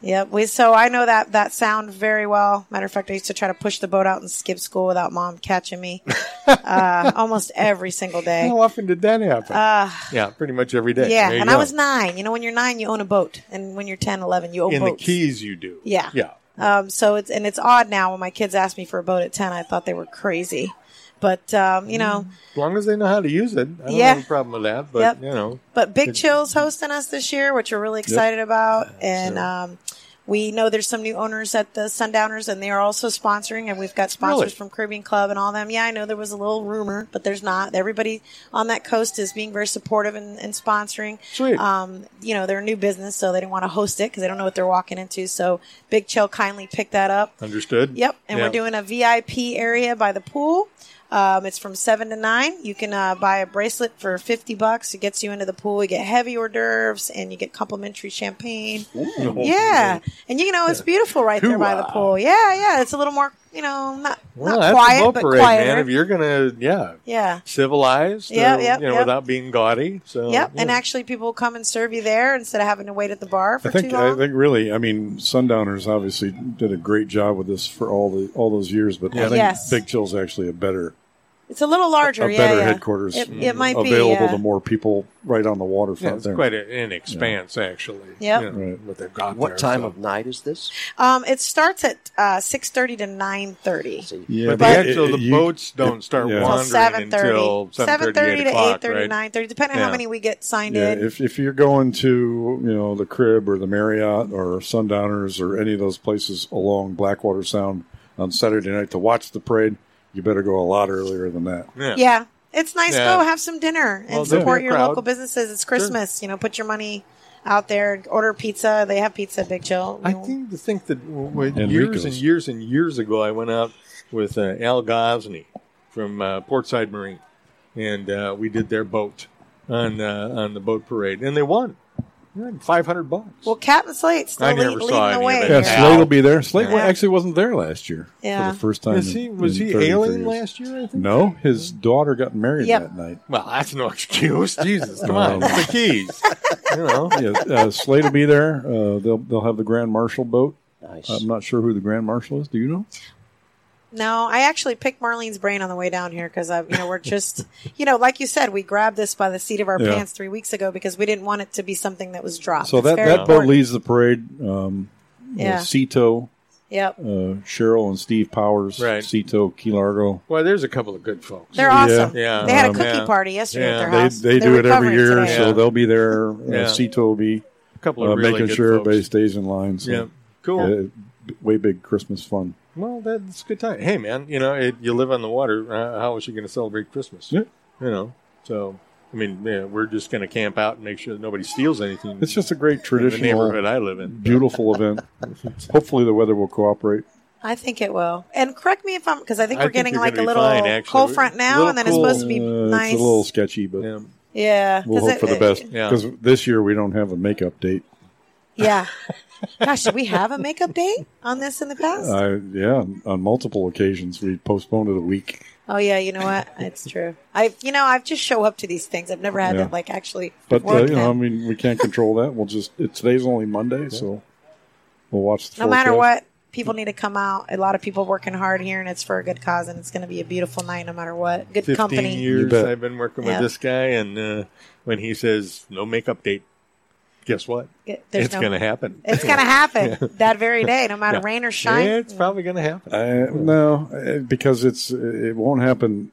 [SPEAKER 5] Yep. We so I know that that sound very well. Matter of fact, I used to try to push the boat out and skip school without mom catching me, uh, almost every single day.
[SPEAKER 1] How often did that happen? yeah, pretty much every day.
[SPEAKER 5] Ah. Yeah,
[SPEAKER 1] There you
[SPEAKER 5] and I
[SPEAKER 1] go.
[SPEAKER 5] was nine. You know, when you're nine, you own a boat, and when you're 10, 11, you own
[SPEAKER 1] in
[SPEAKER 5] boats.
[SPEAKER 1] the keys. You do.
[SPEAKER 5] Yeah.
[SPEAKER 1] Yeah.
[SPEAKER 5] Um, so it's and it's odd now when my kids ask me for a boat at 10, I thought they were crazy, but um, you know,
[SPEAKER 1] As long as they know how to use it, I don't
[SPEAKER 5] Yeah.
[SPEAKER 1] have a problem with that. But
[SPEAKER 5] Yep.
[SPEAKER 1] you know,
[SPEAKER 5] But Big Chill's hosting us this year, which we're really excited about. And um, we know there's some new owners at the Sundowners, and they are also sponsoring. And we've got sponsors
[SPEAKER 1] Really?
[SPEAKER 5] from Caribbean Club and all them. Yeah, I know there was a little rumor, but there's not. Everybody on that coast is being very supportive and, and sponsoring.
[SPEAKER 1] Sweet.
[SPEAKER 5] Um, you know, they're a new business, so they didn't want to host it because they don't know what they're walking into. So Big Chill kindly picked that up.
[SPEAKER 1] understood.
[SPEAKER 5] Yep, and
[SPEAKER 1] Yeah.
[SPEAKER 5] we're doing a VIP area by the pool. Um, it's from seven to nine. You can uh, buy a bracelet for fifty bucks. It gets you into the pool. You get heavy hors d'oeuvres and you get complimentary champagne. Yeah, and you know it's beautiful right there by the
[SPEAKER 1] Hoo-ah.
[SPEAKER 5] pool. Yeah, yeah, it's a little more you know not
[SPEAKER 1] Well,
[SPEAKER 5] not
[SPEAKER 1] that's a
[SPEAKER 5] quiet
[SPEAKER 1] boat
[SPEAKER 5] but
[SPEAKER 1] parade, man.
[SPEAKER 5] quieter.
[SPEAKER 1] If you're gonna, yeah,
[SPEAKER 5] yeah.
[SPEAKER 1] civilized,
[SPEAKER 5] Yep,
[SPEAKER 1] uh,
[SPEAKER 5] yep,
[SPEAKER 1] you know,
[SPEAKER 5] yep.
[SPEAKER 1] without being gaudy. So
[SPEAKER 5] Yep, and
[SPEAKER 1] Oh, yeah.
[SPEAKER 5] actually, people will come and serve you there instead of having to wait at the bar for
[SPEAKER 10] I think
[SPEAKER 5] too long.
[SPEAKER 10] I think really, I mean, Sundowners obviously did a great job with this for all the all those years, but I think
[SPEAKER 5] Yes.
[SPEAKER 10] Big Chill's actually a better
[SPEAKER 5] it's a little larger,
[SPEAKER 10] a
[SPEAKER 5] yeah,
[SPEAKER 10] better
[SPEAKER 5] yeah.
[SPEAKER 10] headquarters
[SPEAKER 5] It, it might
[SPEAKER 10] available
[SPEAKER 5] be uh, yeah.
[SPEAKER 10] to more people right on the waterfront
[SPEAKER 1] Yeah, it's
[SPEAKER 10] there.
[SPEAKER 1] quite a- an expanse, actually.
[SPEAKER 5] Yep.
[SPEAKER 1] you know,
[SPEAKER 10] Right.
[SPEAKER 1] What they've got.
[SPEAKER 2] What
[SPEAKER 1] there,
[SPEAKER 2] time
[SPEAKER 1] so.
[SPEAKER 2] of night is this?
[SPEAKER 5] Um, it starts at uh, six thirty to nine thirty.
[SPEAKER 10] yeah,
[SPEAKER 1] But,
[SPEAKER 10] but
[SPEAKER 1] the actual
[SPEAKER 10] it-
[SPEAKER 1] the
[SPEAKER 10] you-
[SPEAKER 1] boats don't start
[SPEAKER 10] yeah.
[SPEAKER 5] Till
[SPEAKER 1] wandering
[SPEAKER 5] seven
[SPEAKER 1] until
[SPEAKER 5] thirty. Seven thirty to eight
[SPEAKER 1] 8
[SPEAKER 5] thirty,
[SPEAKER 1] right?
[SPEAKER 5] nine thirty, depending on
[SPEAKER 1] Yeah.
[SPEAKER 5] how many we get signed
[SPEAKER 10] Yeah,
[SPEAKER 5] in.
[SPEAKER 10] if, if you're going to you know the crib or the Marriott or Sundowners or any of those places along Blackwater Sound on Saturday night to watch the parade, you better go a lot earlier than that.
[SPEAKER 5] yeah. It's nice.
[SPEAKER 1] Yeah.
[SPEAKER 5] Go have some dinner and
[SPEAKER 1] Well, there'll
[SPEAKER 5] support
[SPEAKER 1] be a
[SPEAKER 5] your
[SPEAKER 1] crowd.
[SPEAKER 5] local businesses. It's Christmas. You know, put your money out there. Order pizza. They have pizza at Big Chill.
[SPEAKER 1] I
[SPEAKER 5] You know.
[SPEAKER 1] think to think that w- w-
[SPEAKER 10] And
[SPEAKER 1] years
[SPEAKER 10] Rico's.
[SPEAKER 1] and years and years ago, I went out with uh, Al Gosney from uh, Portside Marine, and uh, we did their boat on uh, on the boat parade, and they won. Five hundred bucks.
[SPEAKER 5] Well, Captain Slate still
[SPEAKER 1] I
[SPEAKER 5] lead,
[SPEAKER 1] never
[SPEAKER 5] leading
[SPEAKER 1] saw
[SPEAKER 5] the
[SPEAKER 1] any
[SPEAKER 5] way.
[SPEAKER 1] of it.
[SPEAKER 10] Yeah,
[SPEAKER 5] here.
[SPEAKER 1] Yes.
[SPEAKER 10] Slade will be there. Slade
[SPEAKER 5] Yeah.
[SPEAKER 10] actually wasn't there last year
[SPEAKER 5] Yeah.
[SPEAKER 10] for the first time.
[SPEAKER 1] Is he,
[SPEAKER 10] in-
[SPEAKER 1] was
[SPEAKER 10] in
[SPEAKER 1] he
[SPEAKER 10] 33
[SPEAKER 1] ailing
[SPEAKER 10] years.
[SPEAKER 1] last year? I think.
[SPEAKER 10] No, his daughter got married
[SPEAKER 5] Yep.
[SPEAKER 10] that night.
[SPEAKER 1] Well, that's no excuse. Jesus, come on,
[SPEAKER 10] Um,
[SPEAKER 1] it's the keys. You know.
[SPEAKER 10] Yeah, uh, Slade will be there. Uh, they'll they'll have the Grand Marshal boat.
[SPEAKER 2] Nice.
[SPEAKER 10] I'm not sure who the Grand Marshal is. Do you know?
[SPEAKER 5] No, I actually picked Marlene's brain on the way down here because I, you know, we're just, you know, like you said, we grabbed this by the seat of our
[SPEAKER 10] Yeah.
[SPEAKER 5] pants three weeks ago because we didn't want it to be something that was dropped.
[SPEAKER 10] So
[SPEAKER 5] Oh, It's
[SPEAKER 10] that
[SPEAKER 5] very
[SPEAKER 10] that boat
[SPEAKER 5] important.
[SPEAKER 10] leads the parade. Um,
[SPEAKER 5] Yeah.
[SPEAKER 10] yeah. Cito,
[SPEAKER 5] Yep.
[SPEAKER 10] uh, Cheryl and Steve Powers,
[SPEAKER 1] Right.
[SPEAKER 10] Cito, Key Largo.
[SPEAKER 1] Well, there's a couple of good folks.
[SPEAKER 5] They're awesome.
[SPEAKER 1] Yeah.
[SPEAKER 5] They had a
[SPEAKER 1] Um,
[SPEAKER 5] cookie
[SPEAKER 1] yeah.
[SPEAKER 5] party yesterday
[SPEAKER 1] Yeah.
[SPEAKER 5] at their
[SPEAKER 10] They,
[SPEAKER 5] house.
[SPEAKER 10] they
[SPEAKER 5] They're
[SPEAKER 10] do it every
[SPEAKER 5] recovering
[SPEAKER 10] year,
[SPEAKER 5] today.
[SPEAKER 1] Yeah.
[SPEAKER 10] so they'll be there. Uh,
[SPEAKER 1] Yeah.
[SPEAKER 10] Cito will be
[SPEAKER 1] a couple of
[SPEAKER 10] uh,
[SPEAKER 1] really
[SPEAKER 10] making
[SPEAKER 1] good
[SPEAKER 10] sure
[SPEAKER 1] folks.
[SPEAKER 10] everybody stays in line. So,
[SPEAKER 1] Yeah, cool.
[SPEAKER 10] uh, b- way big Christmas fun.
[SPEAKER 1] Well, that's a good time. Hey, man, you know, it, you live on the water. Uh, how is you going to celebrate Christmas?
[SPEAKER 10] Yeah.
[SPEAKER 1] You know, so I mean, yeah, we're just going to camp out and make sure that nobody steals anything.
[SPEAKER 10] It's just a great
[SPEAKER 1] in the neighborhood
[SPEAKER 10] traditional,
[SPEAKER 1] I live in.
[SPEAKER 10] beautiful event. Hopefully, the weather will cooperate.
[SPEAKER 5] I think it will. And correct me if I'm because I think
[SPEAKER 1] I
[SPEAKER 5] we're
[SPEAKER 1] think
[SPEAKER 5] getting
[SPEAKER 1] you're
[SPEAKER 5] like a
[SPEAKER 1] gonna be
[SPEAKER 5] little
[SPEAKER 1] fine, actually.
[SPEAKER 5] cold front
[SPEAKER 1] Little
[SPEAKER 5] now, and then
[SPEAKER 1] cool.
[SPEAKER 5] it's supposed to be
[SPEAKER 10] Uh,
[SPEAKER 5] nice.
[SPEAKER 10] It's a little sketchy, but
[SPEAKER 1] Yeah.
[SPEAKER 5] yeah,
[SPEAKER 10] we'll
[SPEAKER 5] 'cause
[SPEAKER 10] hope
[SPEAKER 5] it-
[SPEAKER 10] for the
[SPEAKER 5] it-
[SPEAKER 10] best.
[SPEAKER 1] Yeah.
[SPEAKER 10] Because this year we don't have a makeup date.
[SPEAKER 5] Yeah. Gosh, did we have a makeup date on this in the past?
[SPEAKER 10] Uh, yeah, on multiple occasions we postponed it a week.
[SPEAKER 5] oh yeah, you know what? It's true. I, you know, I've just show up to these things. I've never had
[SPEAKER 10] Yeah.
[SPEAKER 5] to like actually.
[SPEAKER 10] But uh,
[SPEAKER 5] work
[SPEAKER 10] you know, I
[SPEAKER 5] them.
[SPEAKER 10] mean, we can't control that. We'll just it, today's only Monday, so we'll watch the.
[SPEAKER 5] no matter
[SPEAKER 10] forecast.
[SPEAKER 5] what, people need to come out. A lot of people working hard here, and it's for a good cause, and it's going to be a beautiful night, no matter what. Good
[SPEAKER 1] 15
[SPEAKER 5] company.
[SPEAKER 10] You
[SPEAKER 1] years
[SPEAKER 10] bet.
[SPEAKER 1] I've been working
[SPEAKER 5] Yeah.
[SPEAKER 1] with this guy, and uh, when he says no makeup date, guess what?
[SPEAKER 5] Good- There's
[SPEAKER 1] it's
[SPEAKER 5] no.
[SPEAKER 1] going to happen.
[SPEAKER 5] it's going to happen that very day, no matter
[SPEAKER 1] Yeah.
[SPEAKER 5] rain or shine.
[SPEAKER 1] Yeah, it's probably going to happen.
[SPEAKER 10] Uh, no, uh, because it's it won't happen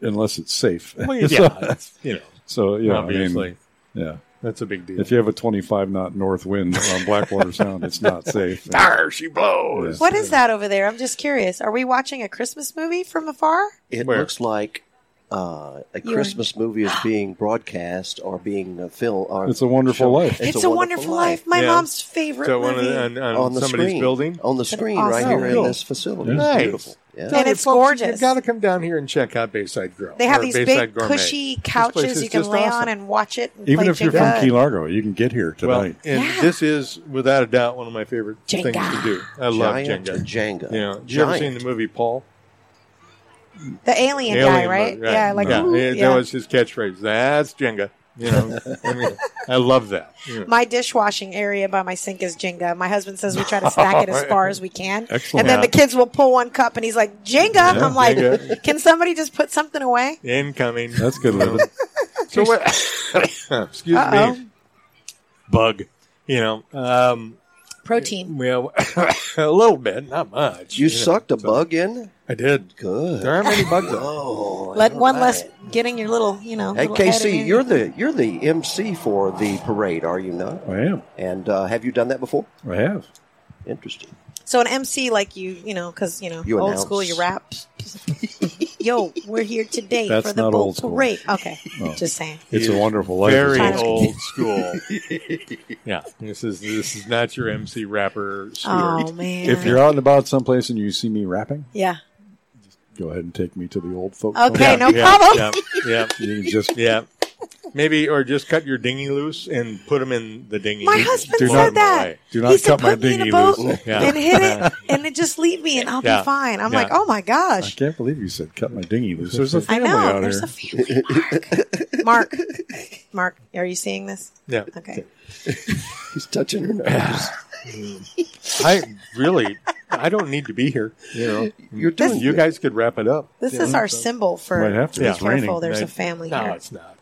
[SPEAKER 10] unless it's safe.
[SPEAKER 1] Well, yeah, it's, you know,
[SPEAKER 10] So yeah,
[SPEAKER 1] obviously,
[SPEAKER 10] I mean, yeah.
[SPEAKER 1] that's a big deal.
[SPEAKER 10] If you have a 25 knot north wind on Blackwater Sound, it's not safe.
[SPEAKER 1] Arr, she blows.
[SPEAKER 5] What is that over there? I'm just curious. Are we watching a Christmas movie from afar?
[SPEAKER 2] It
[SPEAKER 1] Where?
[SPEAKER 2] looks like uh, a
[SPEAKER 5] You are-
[SPEAKER 2] Christmas movie is being broadcast or being uh, filmed. Or
[SPEAKER 10] It's a Wonderful
[SPEAKER 2] shown.
[SPEAKER 10] Life.
[SPEAKER 5] It's, a, Wonderful Life. My
[SPEAKER 1] Yeah.
[SPEAKER 5] mom's favorite
[SPEAKER 1] So one of
[SPEAKER 5] movie.
[SPEAKER 1] the, uh, on, on
[SPEAKER 2] on the
[SPEAKER 1] somebody's
[SPEAKER 2] screen, Oh.
[SPEAKER 1] building.
[SPEAKER 2] on the screen
[SPEAKER 5] awesome.
[SPEAKER 2] right here
[SPEAKER 1] Cool.
[SPEAKER 2] in this facility. It's
[SPEAKER 1] Nice.
[SPEAKER 2] beautiful. Yeah.
[SPEAKER 5] And it's gorgeous.
[SPEAKER 1] You've got to come down here and check out Bayside Grill.
[SPEAKER 5] they have
[SPEAKER 1] or
[SPEAKER 5] these
[SPEAKER 1] Bayside
[SPEAKER 5] big
[SPEAKER 1] Gourmet.
[SPEAKER 5] cushy
[SPEAKER 1] This place
[SPEAKER 5] couches
[SPEAKER 1] is
[SPEAKER 5] you can
[SPEAKER 1] just
[SPEAKER 5] lay on
[SPEAKER 1] awesome.
[SPEAKER 5] and watch it. And
[SPEAKER 10] Even
[SPEAKER 5] play
[SPEAKER 10] if you're
[SPEAKER 5] Jenga.
[SPEAKER 10] from Key Largo, you can get here
[SPEAKER 1] Well,
[SPEAKER 10] tonight.
[SPEAKER 1] and this is without a doubt one of my favorite
[SPEAKER 5] Jenga.
[SPEAKER 1] things to do. I love
[SPEAKER 2] Giant
[SPEAKER 1] Jenga.
[SPEAKER 2] Jenga.
[SPEAKER 1] You know, have you ever
[SPEAKER 2] Giant.
[SPEAKER 1] seen the movie Paul?
[SPEAKER 5] the alien, guy,
[SPEAKER 1] Alien
[SPEAKER 5] right?
[SPEAKER 1] movie,
[SPEAKER 5] Yeah, like
[SPEAKER 1] yeah.
[SPEAKER 5] ooh,
[SPEAKER 1] That
[SPEAKER 5] yeah.
[SPEAKER 1] was his catchphrase. That's Jenga. You know, I mean, I love that. You know.
[SPEAKER 5] My dishwashing area by my sink is Jenga. My husband says we try to stack it as far as we can.
[SPEAKER 1] Excellent.
[SPEAKER 5] And then
[SPEAKER 1] Yeah.
[SPEAKER 5] the kids will pull one cup and he's like, Jenga. I'm like,
[SPEAKER 1] Jenga.
[SPEAKER 5] can somebody just put something away?
[SPEAKER 1] Incoming.
[SPEAKER 10] That's good living.
[SPEAKER 1] So what? excuse
[SPEAKER 5] Uh-oh.
[SPEAKER 1] me. Bug. You know, um,
[SPEAKER 5] Protein.
[SPEAKER 1] well, a little bit, not much.
[SPEAKER 2] You
[SPEAKER 1] know,
[SPEAKER 2] sucked a
[SPEAKER 1] so-
[SPEAKER 2] bug in?
[SPEAKER 1] I did.
[SPEAKER 2] Good.
[SPEAKER 1] There aren't many bugs. out.
[SPEAKER 2] Oh,
[SPEAKER 5] Let
[SPEAKER 2] all
[SPEAKER 5] one
[SPEAKER 2] right.
[SPEAKER 5] less getting your little, you know.
[SPEAKER 2] Hey
[SPEAKER 5] little head in
[SPEAKER 2] KC,
[SPEAKER 5] it.
[SPEAKER 2] you're the you're the MC for the parade, are you not?
[SPEAKER 10] I am.
[SPEAKER 2] And uh, have you done that before?
[SPEAKER 10] I have.
[SPEAKER 2] Interesting.
[SPEAKER 5] So an MC like you, you know, because you know,
[SPEAKER 2] You
[SPEAKER 5] old
[SPEAKER 2] announce.
[SPEAKER 5] school, you rap. Yo, we're here today
[SPEAKER 10] That's
[SPEAKER 5] for the
[SPEAKER 10] not
[SPEAKER 5] bull
[SPEAKER 10] old school.
[SPEAKER 5] parade. Okay,
[SPEAKER 10] No.
[SPEAKER 5] just saying.
[SPEAKER 10] It's a wonderful life.
[SPEAKER 1] Very
[SPEAKER 10] It's awesome.
[SPEAKER 1] old school. yeah, this is this is not your MC rapper.
[SPEAKER 5] Oh
[SPEAKER 1] Stewart.
[SPEAKER 5] man,
[SPEAKER 10] If you're out and about someplace and you see me rapping,
[SPEAKER 5] yeah,
[SPEAKER 10] go ahead and take me to the old folks.
[SPEAKER 5] Okay.
[SPEAKER 10] home.
[SPEAKER 5] Hey, no problem.
[SPEAKER 1] Yeah,
[SPEAKER 10] You can just
[SPEAKER 1] yeah, yeah. Maybe or just cut your dinghy loose and put them in the dinghy.
[SPEAKER 5] my husband
[SPEAKER 1] Do
[SPEAKER 5] said
[SPEAKER 1] not-
[SPEAKER 5] that.
[SPEAKER 10] Do not
[SPEAKER 5] he said,
[SPEAKER 10] cut my
[SPEAKER 5] "Put me in a
[SPEAKER 10] dinghy
[SPEAKER 5] boat
[SPEAKER 10] loose."
[SPEAKER 1] Yeah.
[SPEAKER 5] and hit it, and then just leave me, and I'll
[SPEAKER 1] Yeah.
[SPEAKER 5] be fine." I'm
[SPEAKER 1] Yeah.
[SPEAKER 5] like, "Oh my
[SPEAKER 10] I
[SPEAKER 5] gosh."
[SPEAKER 10] can't believe you said cut my dinghy loose. There's a
[SPEAKER 5] I
[SPEAKER 10] family
[SPEAKER 5] know.
[SPEAKER 10] out
[SPEAKER 5] There's
[SPEAKER 10] here.
[SPEAKER 5] a family. Mark. Mark. Mark, are you seeing this?
[SPEAKER 1] Yeah.
[SPEAKER 5] Okay.
[SPEAKER 2] He's touching her nose.
[SPEAKER 1] I really, I don't need to be here. You know,
[SPEAKER 2] You're doing
[SPEAKER 1] you
[SPEAKER 2] good.
[SPEAKER 1] guys could wrap it up.
[SPEAKER 5] This
[SPEAKER 1] you
[SPEAKER 5] is
[SPEAKER 1] know,
[SPEAKER 5] our
[SPEAKER 1] so-
[SPEAKER 5] symbol for
[SPEAKER 10] Might have to.
[SPEAKER 5] be
[SPEAKER 1] Yeah. It's
[SPEAKER 5] careful.
[SPEAKER 10] raining.
[SPEAKER 5] There's a
[SPEAKER 1] Right.
[SPEAKER 5] family
[SPEAKER 1] No,
[SPEAKER 5] here.
[SPEAKER 1] it's not.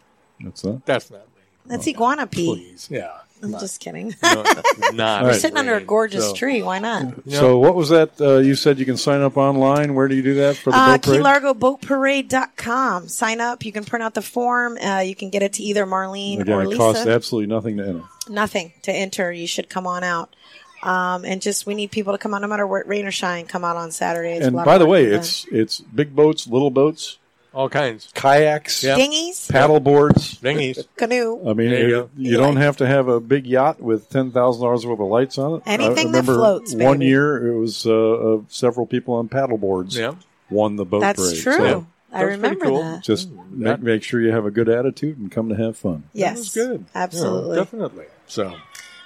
[SPEAKER 10] That's that.
[SPEAKER 1] That's not. raining.
[SPEAKER 5] That's iguana pee.
[SPEAKER 1] Please, yeah.
[SPEAKER 5] I'm just kidding.
[SPEAKER 1] No, it's not.
[SPEAKER 10] We're
[SPEAKER 5] We're sitting under a
[SPEAKER 1] raining.
[SPEAKER 5] gorgeous
[SPEAKER 1] So-
[SPEAKER 5] tree. Why not?
[SPEAKER 1] Yeah.
[SPEAKER 10] So what was that? Uh, you said you can sign up online. Where do you do that for the
[SPEAKER 5] Uh,
[SPEAKER 10] boat parade?
[SPEAKER 5] KeyLargoBoatParade.com. Sign up. You can print out the form. Uh, you can get it to either Marlene
[SPEAKER 10] Again,
[SPEAKER 5] or
[SPEAKER 10] it
[SPEAKER 5] Lisa.
[SPEAKER 10] costs absolutely nothing to enter.
[SPEAKER 5] Nothing to enter. You should come on out. Um, and just we need people to come out no matter what rain or shine. Come out on Saturday. It's a
[SPEAKER 10] and
[SPEAKER 5] lot of
[SPEAKER 10] by the
[SPEAKER 5] work
[SPEAKER 10] way,
[SPEAKER 5] to be
[SPEAKER 10] it's it's big boats, little boats,
[SPEAKER 1] All kinds.
[SPEAKER 10] kayaks,
[SPEAKER 5] done.
[SPEAKER 1] Yeah. Oh,
[SPEAKER 5] dinghies,
[SPEAKER 10] paddle boards.
[SPEAKER 1] Dinghies.
[SPEAKER 5] canoe,
[SPEAKER 10] I mean,
[SPEAKER 1] There you
[SPEAKER 10] it-
[SPEAKER 1] go.
[SPEAKER 10] you don't have to have a big yacht with ten thousand dollars worth of lights on it. I
[SPEAKER 5] Anything that
[SPEAKER 10] remember
[SPEAKER 5] floats,
[SPEAKER 10] One
[SPEAKER 5] baby.
[SPEAKER 10] year, it was uh, uh, several people on paddle boards
[SPEAKER 1] Yeah.
[SPEAKER 10] won the boat
[SPEAKER 5] That's
[SPEAKER 10] parade.
[SPEAKER 5] true.
[SPEAKER 10] So
[SPEAKER 5] I
[SPEAKER 1] That was pretty
[SPEAKER 5] remember
[SPEAKER 1] cool.
[SPEAKER 5] that.
[SPEAKER 10] just
[SPEAKER 1] Mm.
[SPEAKER 10] make, make sure you have a good attitude and come to have fun.
[SPEAKER 5] Yes,
[SPEAKER 1] That's good. Yeah,
[SPEAKER 5] Absolutely.
[SPEAKER 1] definitely. So,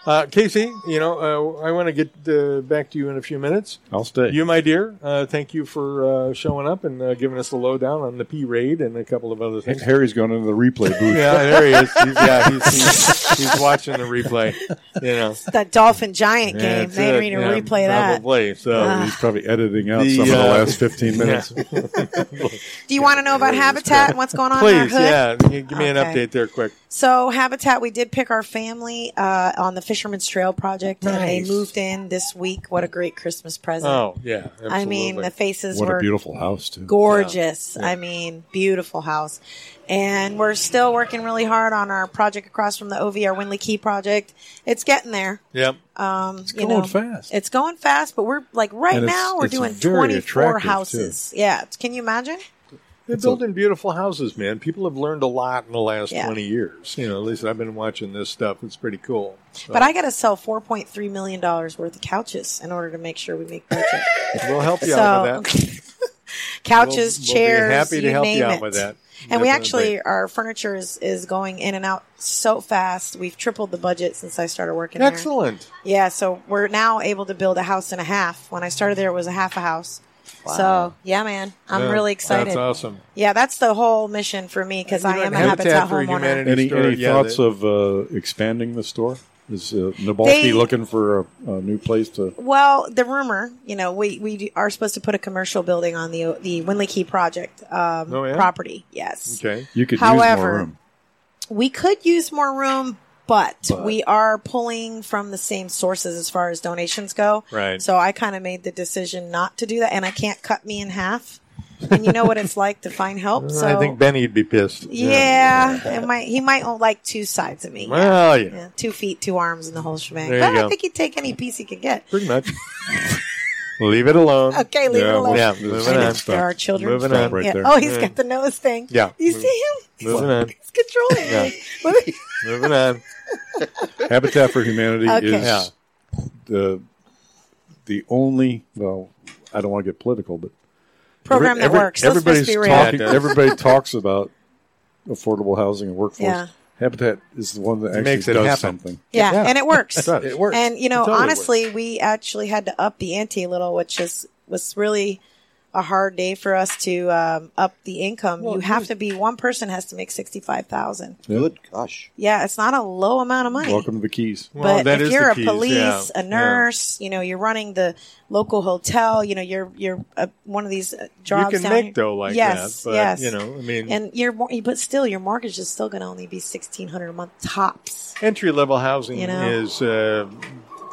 [SPEAKER 1] uh, Casey, you know, uh, I want to get uh, back to you in a few minutes.
[SPEAKER 10] I'll stay.
[SPEAKER 1] You, my dear, uh, thank you for uh, showing up and uh, giving us the lowdown on the P raid and a couple of other things.
[SPEAKER 10] Harry's going into the replay booth.
[SPEAKER 1] yeah, there he is. He's, yeah, he's, he's, he's watching the replay. You know,
[SPEAKER 5] that dolphin giant
[SPEAKER 1] Yeah,
[SPEAKER 5] game.
[SPEAKER 1] that's
[SPEAKER 5] They
[SPEAKER 1] it.
[SPEAKER 5] need to
[SPEAKER 1] Yeah,
[SPEAKER 5] replay that.
[SPEAKER 1] Probably. So,
[SPEAKER 10] Uh, He's probably editing out
[SPEAKER 1] The,
[SPEAKER 10] some of the
[SPEAKER 1] uh,
[SPEAKER 10] last 15 minutes.
[SPEAKER 5] Do you want to know about Habitat and what's going on in our
[SPEAKER 1] please,
[SPEAKER 5] hood?
[SPEAKER 1] yeah, g- give me an
[SPEAKER 5] Okay.
[SPEAKER 1] update there, quick.
[SPEAKER 5] So Habitat, we did pick our family uh, on the Fisherman's Trail project, and they
[SPEAKER 1] Nice.
[SPEAKER 5] moved in this week. What a great Christmas present!
[SPEAKER 1] Oh, yeah. Absolutely.
[SPEAKER 5] I mean, the faces
[SPEAKER 10] What a
[SPEAKER 5] were
[SPEAKER 10] beautiful house, too.
[SPEAKER 5] gorgeous. I mean, beautiful house. And we're still working really hard on our project across from the OVR Winley Key project. It's getting there.
[SPEAKER 1] Yep.
[SPEAKER 5] Um, it's
[SPEAKER 10] going fast.
[SPEAKER 5] It's going fast, but we're like right
[SPEAKER 10] And it's-
[SPEAKER 5] now we're
[SPEAKER 10] it's
[SPEAKER 5] doing
[SPEAKER 10] very
[SPEAKER 5] twenty four
[SPEAKER 10] attractive, too.
[SPEAKER 5] houses. Yeah, can you imagine?
[SPEAKER 1] They're building beautiful houses, man. People have learned a lot in the last
[SPEAKER 5] Yeah.
[SPEAKER 1] 20 years. You know, at least I've been watching this stuff. It's pretty cool. So
[SPEAKER 5] But I got to sell four point three million dollars worth of couches in order to make sure we make budget.
[SPEAKER 1] we'll help you
[SPEAKER 5] so
[SPEAKER 1] out with that.
[SPEAKER 5] couches,
[SPEAKER 1] We'll- we'll be
[SPEAKER 5] chairs,
[SPEAKER 1] happy to
[SPEAKER 5] you
[SPEAKER 1] help you
[SPEAKER 5] name
[SPEAKER 1] out
[SPEAKER 5] it.
[SPEAKER 1] with that.
[SPEAKER 5] And we
[SPEAKER 1] Definitely.
[SPEAKER 5] actually, our furniture is, is going in and out so fast. We've tripled the budget since I started working here.
[SPEAKER 1] Excellent.
[SPEAKER 5] Yeah, so we're now able to build a house and a half. When I started there, it was a half a house. So yeah, man, I'm
[SPEAKER 1] Yeah,
[SPEAKER 5] really excited.
[SPEAKER 1] That's awesome.
[SPEAKER 5] Yeah, that's the whole mission for me because I
[SPEAKER 1] know,
[SPEAKER 5] am a
[SPEAKER 1] Habitat
[SPEAKER 5] Habitat
[SPEAKER 1] for
[SPEAKER 5] homeowner.
[SPEAKER 1] Humanity-
[SPEAKER 10] Any,
[SPEAKER 1] Store,
[SPEAKER 10] any
[SPEAKER 1] yeah,
[SPEAKER 10] thoughts
[SPEAKER 1] the-
[SPEAKER 10] of uh, expanding the store? Is uh, Nabalski
[SPEAKER 5] They-
[SPEAKER 10] looking for a, a new place to?
[SPEAKER 5] Well, the rumor, you know, we, we do- are supposed to put a commercial building on the the Winley Key project um,
[SPEAKER 1] Oh, yeah?
[SPEAKER 5] property. Yes.
[SPEAKER 1] Okay.
[SPEAKER 10] You could use
[SPEAKER 5] However,
[SPEAKER 10] more room.
[SPEAKER 5] We could use more room, but, we are pulling from the same sources as far as donations go.
[SPEAKER 1] Right.
[SPEAKER 5] So I kind of made the decision not to do that, and I can't cut me in half. And you know what it's like to find help. So
[SPEAKER 1] I think Benny'd be pissed.
[SPEAKER 5] yeah, it might he might own like two sides of me. Yeah.
[SPEAKER 1] Well, yeah.
[SPEAKER 5] Yeah, two feet, two arms, and the whole shebang.
[SPEAKER 1] There you
[SPEAKER 5] But I
[SPEAKER 1] go.
[SPEAKER 5] think he'd take any piece he could get.
[SPEAKER 1] Pretty much. leave it alone.
[SPEAKER 5] Okay, leave it alone.
[SPEAKER 1] Yeah.
[SPEAKER 5] I
[SPEAKER 1] Moving
[SPEAKER 5] know,
[SPEAKER 1] on.
[SPEAKER 5] there are children.
[SPEAKER 1] Moving
[SPEAKER 5] Yeah.
[SPEAKER 1] on right
[SPEAKER 10] there.
[SPEAKER 5] Oh, he's
[SPEAKER 1] Yeah.
[SPEAKER 5] got the nose thing.
[SPEAKER 1] Yeah.
[SPEAKER 5] You see him?
[SPEAKER 1] Moving on.
[SPEAKER 5] He's controlling
[SPEAKER 1] Yeah.
[SPEAKER 5] me. Let me.
[SPEAKER 1] Moving on.
[SPEAKER 10] Habitat for Humanity
[SPEAKER 5] Okay.
[SPEAKER 10] is
[SPEAKER 1] Yeah.
[SPEAKER 10] the the only. Well, I don't want to get political, but
[SPEAKER 5] Program
[SPEAKER 10] every-
[SPEAKER 5] that
[SPEAKER 10] every-
[SPEAKER 5] works. Let's
[SPEAKER 10] Everybody's
[SPEAKER 5] just be real.
[SPEAKER 10] talking.
[SPEAKER 1] Yeah, it does.
[SPEAKER 10] everybody talks about affordable housing and workforce.
[SPEAKER 5] Yeah.
[SPEAKER 10] Habitat is the one that actually
[SPEAKER 1] makes it
[SPEAKER 10] does
[SPEAKER 1] happen.
[SPEAKER 10] something.
[SPEAKER 5] Yeah, and it works.
[SPEAKER 1] does. It works.
[SPEAKER 5] And you know,
[SPEAKER 1] It totally
[SPEAKER 5] honestly, we actually had to up the ante a little, which is was really a hard day for us to um, up the income.
[SPEAKER 1] Well,
[SPEAKER 5] you
[SPEAKER 1] it
[SPEAKER 5] have
[SPEAKER 1] is.
[SPEAKER 5] to be one person has to make sixty five thousand.
[SPEAKER 2] Good gosh.
[SPEAKER 5] Yeah, it's not a low amount of money.
[SPEAKER 10] Welcome to the Keys.
[SPEAKER 5] But
[SPEAKER 1] Well, that
[SPEAKER 5] if
[SPEAKER 1] is
[SPEAKER 5] you're
[SPEAKER 1] the
[SPEAKER 5] a
[SPEAKER 1] keys,
[SPEAKER 5] police,
[SPEAKER 1] yeah,
[SPEAKER 5] a
[SPEAKER 1] yeah.
[SPEAKER 5] nurse, you know, you're running the local hotel, you know, you're you're uh, one of these uh, jobs.
[SPEAKER 1] you can
[SPEAKER 5] down
[SPEAKER 1] make
[SPEAKER 5] here.
[SPEAKER 1] dough like
[SPEAKER 5] yes,
[SPEAKER 1] that. But,
[SPEAKER 5] yes,
[SPEAKER 1] You know, I mean,
[SPEAKER 5] and your mor- but still your mortgage is still going to only be sixteen hundred a month tops.
[SPEAKER 1] entry level housing
[SPEAKER 5] You know?
[SPEAKER 1] is uh,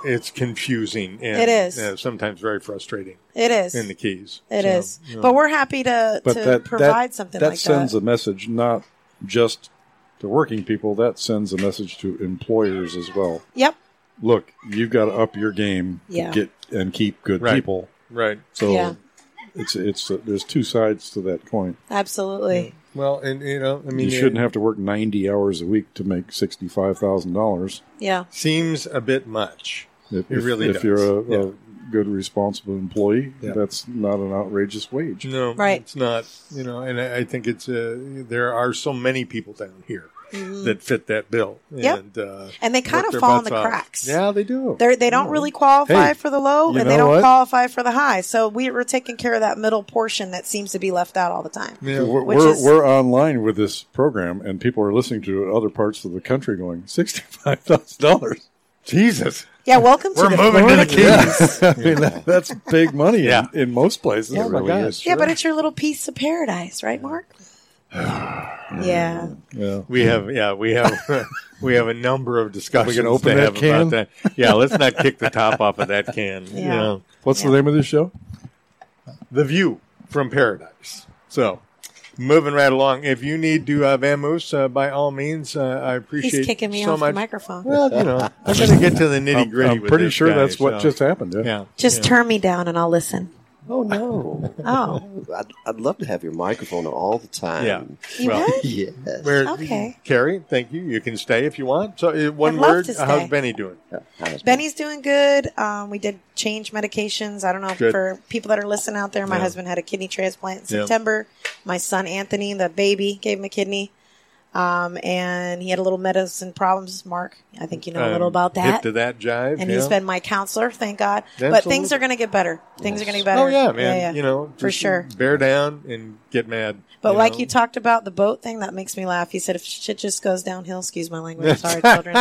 [SPEAKER 1] it's confusing. And,
[SPEAKER 5] It is.
[SPEAKER 1] uh, sometimes very frustrating
[SPEAKER 5] It is.
[SPEAKER 1] in the keys.
[SPEAKER 5] It
[SPEAKER 1] So,
[SPEAKER 5] is.
[SPEAKER 1] you know.
[SPEAKER 5] But we're happy to
[SPEAKER 10] But
[SPEAKER 5] to
[SPEAKER 10] that
[SPEAKER 5] provide
[SPEAKER 10] that,
[SPEAKER 5] something
[SPEAKER 10] that
[SPEAKER 5] like
[SPEAKER 10] sends
[SPEAKER 5] that.
[SPEAKER 10] a message not just to working people. That sends a message to employers as well.
[SPEAKER 5] yep.
[SPEAKER 10] Look, you've got to up your game
[SPEAKER 5] Yeah.
[SPEAKER 10] to get and keep good
[SPEAKER 1] Right.
[SPEAKER 10] people.
[SPEAKER 1] right.
[SPEAKER 10] So
[SPEAKER 5] Yeah.
[SPEAKER 10] it's it's there's two sides to that coin.
[SPEAKER 5] Absolutely.
[SPEAKER 1] Well, and you know, I mean,
[SPEAKER 10] you shouldn't
[SPEAKER 1] it
[SPEAKER 10] have to work 90 hours a week to make $65,000.
[SPEAKER 5] Yeah.
[SPEAKER 1] Seems a bit much.
[SPEAKER 10] If,
[SPEAKER 1] It really
[SPEAKER 10] if,
[SPEAKER 1] does.
[SPEAKER 10] if you're a,
[SPEAKER 1] Yeah.
[SPEAKER 10] a good, responsible employee,
[SPEAKER 1] Yeah.
[SPEAKER 10] that's not an outrageous wage.
[SPEAKER 1] No,
[SPEAKER 5] Right.
[SPEAKER 1] It's not. You know, and I, I think it's uh, there are so many people down here that fit that bill.
[SPEAKER 5] Yep.
[SPEAKER 1] And, uh,
[SPEAKER 5] And they kind
[SPEAKER 1] work
[SPEAKER 5] of
[SPEAKER 1] their
[SPEAKER 5] fall in
[SPEAKER 1] butts
[SPEAKER 5] the
[SPEAKER 1] off.
[SPEAKER 5] cracks.
[SPEAKER 1] Yeah, they do.
[SPEAKER 5] They're, they don't really qualify
[SPEAKER 10] Hey,
[SPEAKER 5] for the low,
[SPEAKER 10] you
[SPEAKER 5] and they
[SPEAKER 10] know
[SPEAKER 5] don't
[SPEAKER 10] what?
[SPEAKER 5] qualify for the high. So we, we're taking care of that middle portion that seems to be left out all the time.
[SPEAKER 1] Yeah.
[SPEAKER 10] We're,
[SPEAKER 5] Which
[SPEAKER 10] we're,
[SPEAKER 5] is-
[SPEAKER 10] we're online with this program, and people are listening to other parts of the country going, $65,000.
[SPEAKER 1] Jesus,
[SPEAKER 5] Yeah, welcome to
[SPEAKER 1] we're
[SPEAKER 5] the
[SPEAKER 1] moving to
[SPEAKER 5] Florida
[SPEAKER 1] the keys.
[SPEAKER 10] I mean, that, that's big money
[SPEAKER 1] Yeah.
[SPEAKER 10] in, in most places.
[SPEAKER 1] Oh,
[SPEAKER 10] it
[SPEAKER 1] my
[SPEAKER 10] really
[SPEAKER 1] God.
[SPEAKER 10] is.
[SPEAKER 5] Yeah, but it's your little piece of paradise, right, Mark? yeah.
[SPEAKER 10] Yeah.
[SPEAKER 1] We have, yeah, we have, we have a number of discussions
[SPEAKER 10] We can open
[SPEAKER 1] to
[SPEAKER 10] that
[SPEAKER 1] have
[SPEAKER 10] can?
[SPEAKER 1] about that. Yeah, let's not kick the top off of that can.
[SPEAKER 5] Yeah.
[SPEAKER 1] You know,
[SPEAKER 10] What's the name of this show?
[SPEAKER 1] the view from paradise. So, moving right along. If you need to uh, vamoose, uh, by all means, uh, I appreciate
[SPEAKER 5] He's kicking me
[SPEAKER 1] so
[SPEAKER 5] off
[SPEAKER 1] much.
[SPEAKER 5] the microphone.
[SPEAKER 1] Well, you know, I'm going to get to the nitty
[SPEAKER 10] I'm,
[SPEAKER 1] gritty.
[SPEAKER 10] I'm pretty sure that's what just happened. Yeah.
[SPEAKER 1] Yeah.
[SPEAKER 5] Just turn me down and I'll listen.
[SPEAKER 2] Oh, no.
[SPEAKER 5] Oh,
[SPEAKER 2] I'd, I'd love to have your microphone on all the time.
[SPEAKER 1] Yeah.
[SPEAKER 5] you
[SPEAKER 1] Well,
[SPEAKER 5] would?
[SPEAKER 2] Yes.
[SPEAKER 1] Where,
[SPEAKER 5] Okay.
[SPEAKER 1] Carrie, thank you. You can stay if you want. So, uh, one
[SPEAKER 5] I'd love
[SPEAKER 1] word.
[SPEAKER 5] to
[SPEAKER 1] How's
[SPEAKER 5] stay.
[SPEAKER 1] Benny doing?
[SPEAKER 5] Benny's doing good. Um, we did change medications. I don't know
[SPEAKER 1] Good.
[SPEAKER 5] for people that are listening out there. My
[SPEAKER 1] Yeah.
[SPEAKER 5] husband had a kidney transplant in
[SPEAKER 1] Yeah.
[SPEAKER 5] September. My son Anthony, the baby, gave him a kidney, um, and he had a little medicine problems. Mark, I think you know a little
[SPEAKER 1] Um,
[SPEAKER 5] about
[SPEAKER 1] Hip
[SPEAKER 5] that.
[SPEAKER 1] to that jive.
[SPEAKER 5] and
[SPEAKER 1] yeah.
[SPEAKER 5] he's been my counselor, thank God. But
[SPEAKER 1] Absolutely.
[SPEAKER 5] things are going to get better. Things are going to get better.
[SPEAKER 1] Oh yeah, man. You know,
[SPEAKER 5] For
[SPEAKER 1] just
[SPEAKER 5] sure.
[SPEAKER 1] Bear down and get mad.
[SPEAKER 5] But like
[SPEAKER 1] know?
[SPEAKER 5] you talked about the boat thing, that makes me laugh. He said, if shit just goes downhill, excuse my language, sorry, children.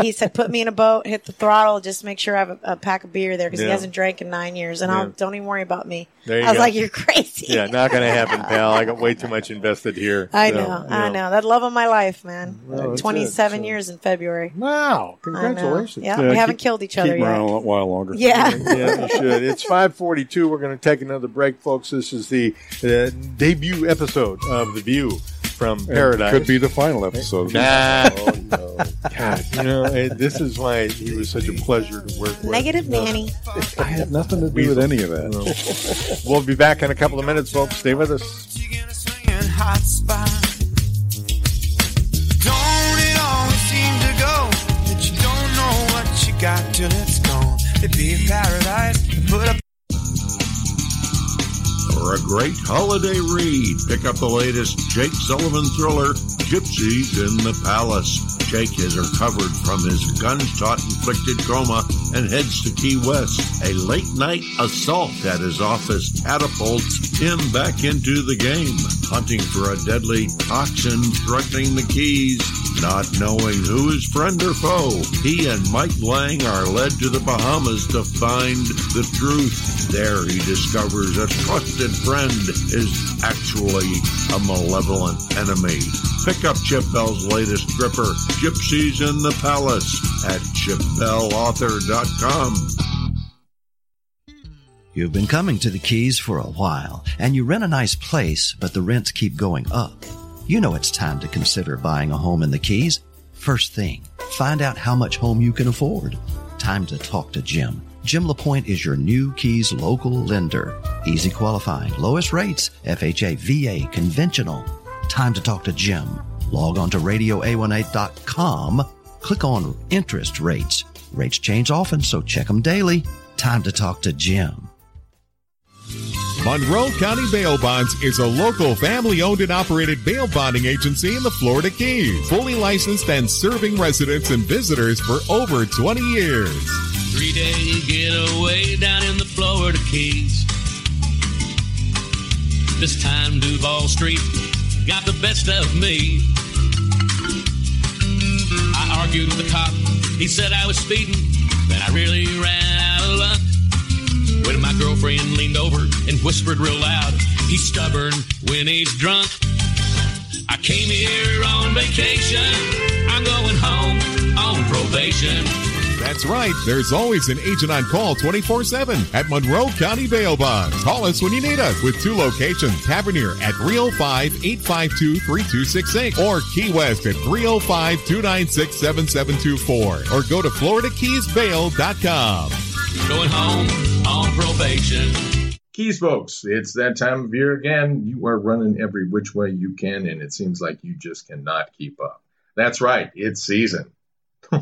[SPEAKER 5] he said, put me in a boat, hit the throttle, just make sure I have a, a pack of beer there because
[SPEAKER 1] Yeah.
[SPEAKER 5] he hasn't drank in nine years. And I'll,
[SPEAKER 1] Yeah.
[SPEAKER 5] don't even worry about me.
[SPEAKER 1] There you
[SPEAKER 5] I was
[SPEAKER 1] go.
[SPEAKER 5] like, you're crazy.
[SPEAKER 1] yeah, not gonna happen, pal. I got way too much invested here.
[SPEAKER 5] I
[SPEAKER 1] So,
[SPEAKER 5] know, I know. That love of my life, man.
[SPEAKER 1] that's it.
[SPEAKER 5] 27
[SPEAKER 1] So-
[SPEAKER 5] years in February.
[SPEAKER 1] Wow!
[SPEAKER 5] I know.
[SPEAKER 1] Congratulations.
[SPEAKER 5] Yeah,
[SPEAKER 10] Yeah,
[SPEAKER 5] we haven't
[SPEAKER 10] keep-
[SPEAKER 5] killed each
[SPEAKER 10] Keep
[SPEAKER 5] other
[SPEAKER 10] him around a
[SPEAKER 5] yet.
[SPEAKER 10] little while longer.
[SPEAKER 5] Yeah.
[SPEAKER 1] yeah, you should. It's 542. We're going to take another break, folks. This is the uh, debut episode of The View from Paradise. Oh,
[SPEAKER 10] Could be the final episode.
[SPEAKER 1] Nah. God, you know, it, this is why he was such a pleasure to work with.
[SPEAKER 5] Negative nanny.
[SPEAKER 10] I had nothing to do with
[SPEAKER 1] Weasel.
[SPEAKER 10] any of that.
[SPEAKER 1] We'll be back in a couple of minutes, folks. Stay with us.
[SPEAKER 11] You get a swinging hot spot. Don't it always seem to go that you don't know what you got till it's gone? It'd be a paradise, put up
[SPEAKER 9] For a great holiday read, pick up the latest Jake Sullivan thriller, Gypsies in the Palace. Jake has recovered from his gunshot inflicted coma and heads to Key West. A late night assault at his office catapults him back into the game, hunting for a deadly toxin threatening the Keys. Not knowing who is friend or foe, he and Mike Lang are led to the Bahamas to find the truth. There he discovers a trusted friend is actually a malevolent enemy. Pick up Chip Bell's latest gripper, Gypsies in the Palace, at chipbellauthor.com.
[SPEAKER 6] You've been coming to the Keys for a while, and you rent a nice place, but the rents keep going up. You know it's time to consider buying a home in the Keys. First thing, find out how much home you can afford. Time to talk to Jim. Jim LaPointe is your new Keys local lender. Easy qualifying, lowest rates, FHA, VA, conventional. Time to talk to Jim. Log on to radioa18.com. Click on interest rates. Rates change often, so check them daily. Time to talk to Jim.
[SPEAKER 12] Monroe County Bail Bonds is a local family owned and operated bail bonding agency in the Florida Keys, fully licensed and serving residents and visitors for over 20 years.
[SPEAKER 11] three day getaway down in the Florida Keys.
[SPEAKER 13] this time Duval Street got the best of me. I argued with the cop. He said I was speeding. Then I really ran out of luck. When my girlfriend leaned over and whispered real loud, he's stubborn when he's drunk. I came here on vacation. I'm going home on probation.
[SPEAKER 12] That's right. There's always an agent on call 24 7 at Monroe County Bail Bonds. Call us when you need us with two locations Tavernier at 305 852 3266 or Key West at 305 296 7724 or go to FloridaKeysBail.com.
[SPEAKER 13] Going home on probation.
[SPEAKER 14] Keys, folks, it's that time of year again. You are running every which way you can, and it seems like you just cannot keep up. That's right, it's season.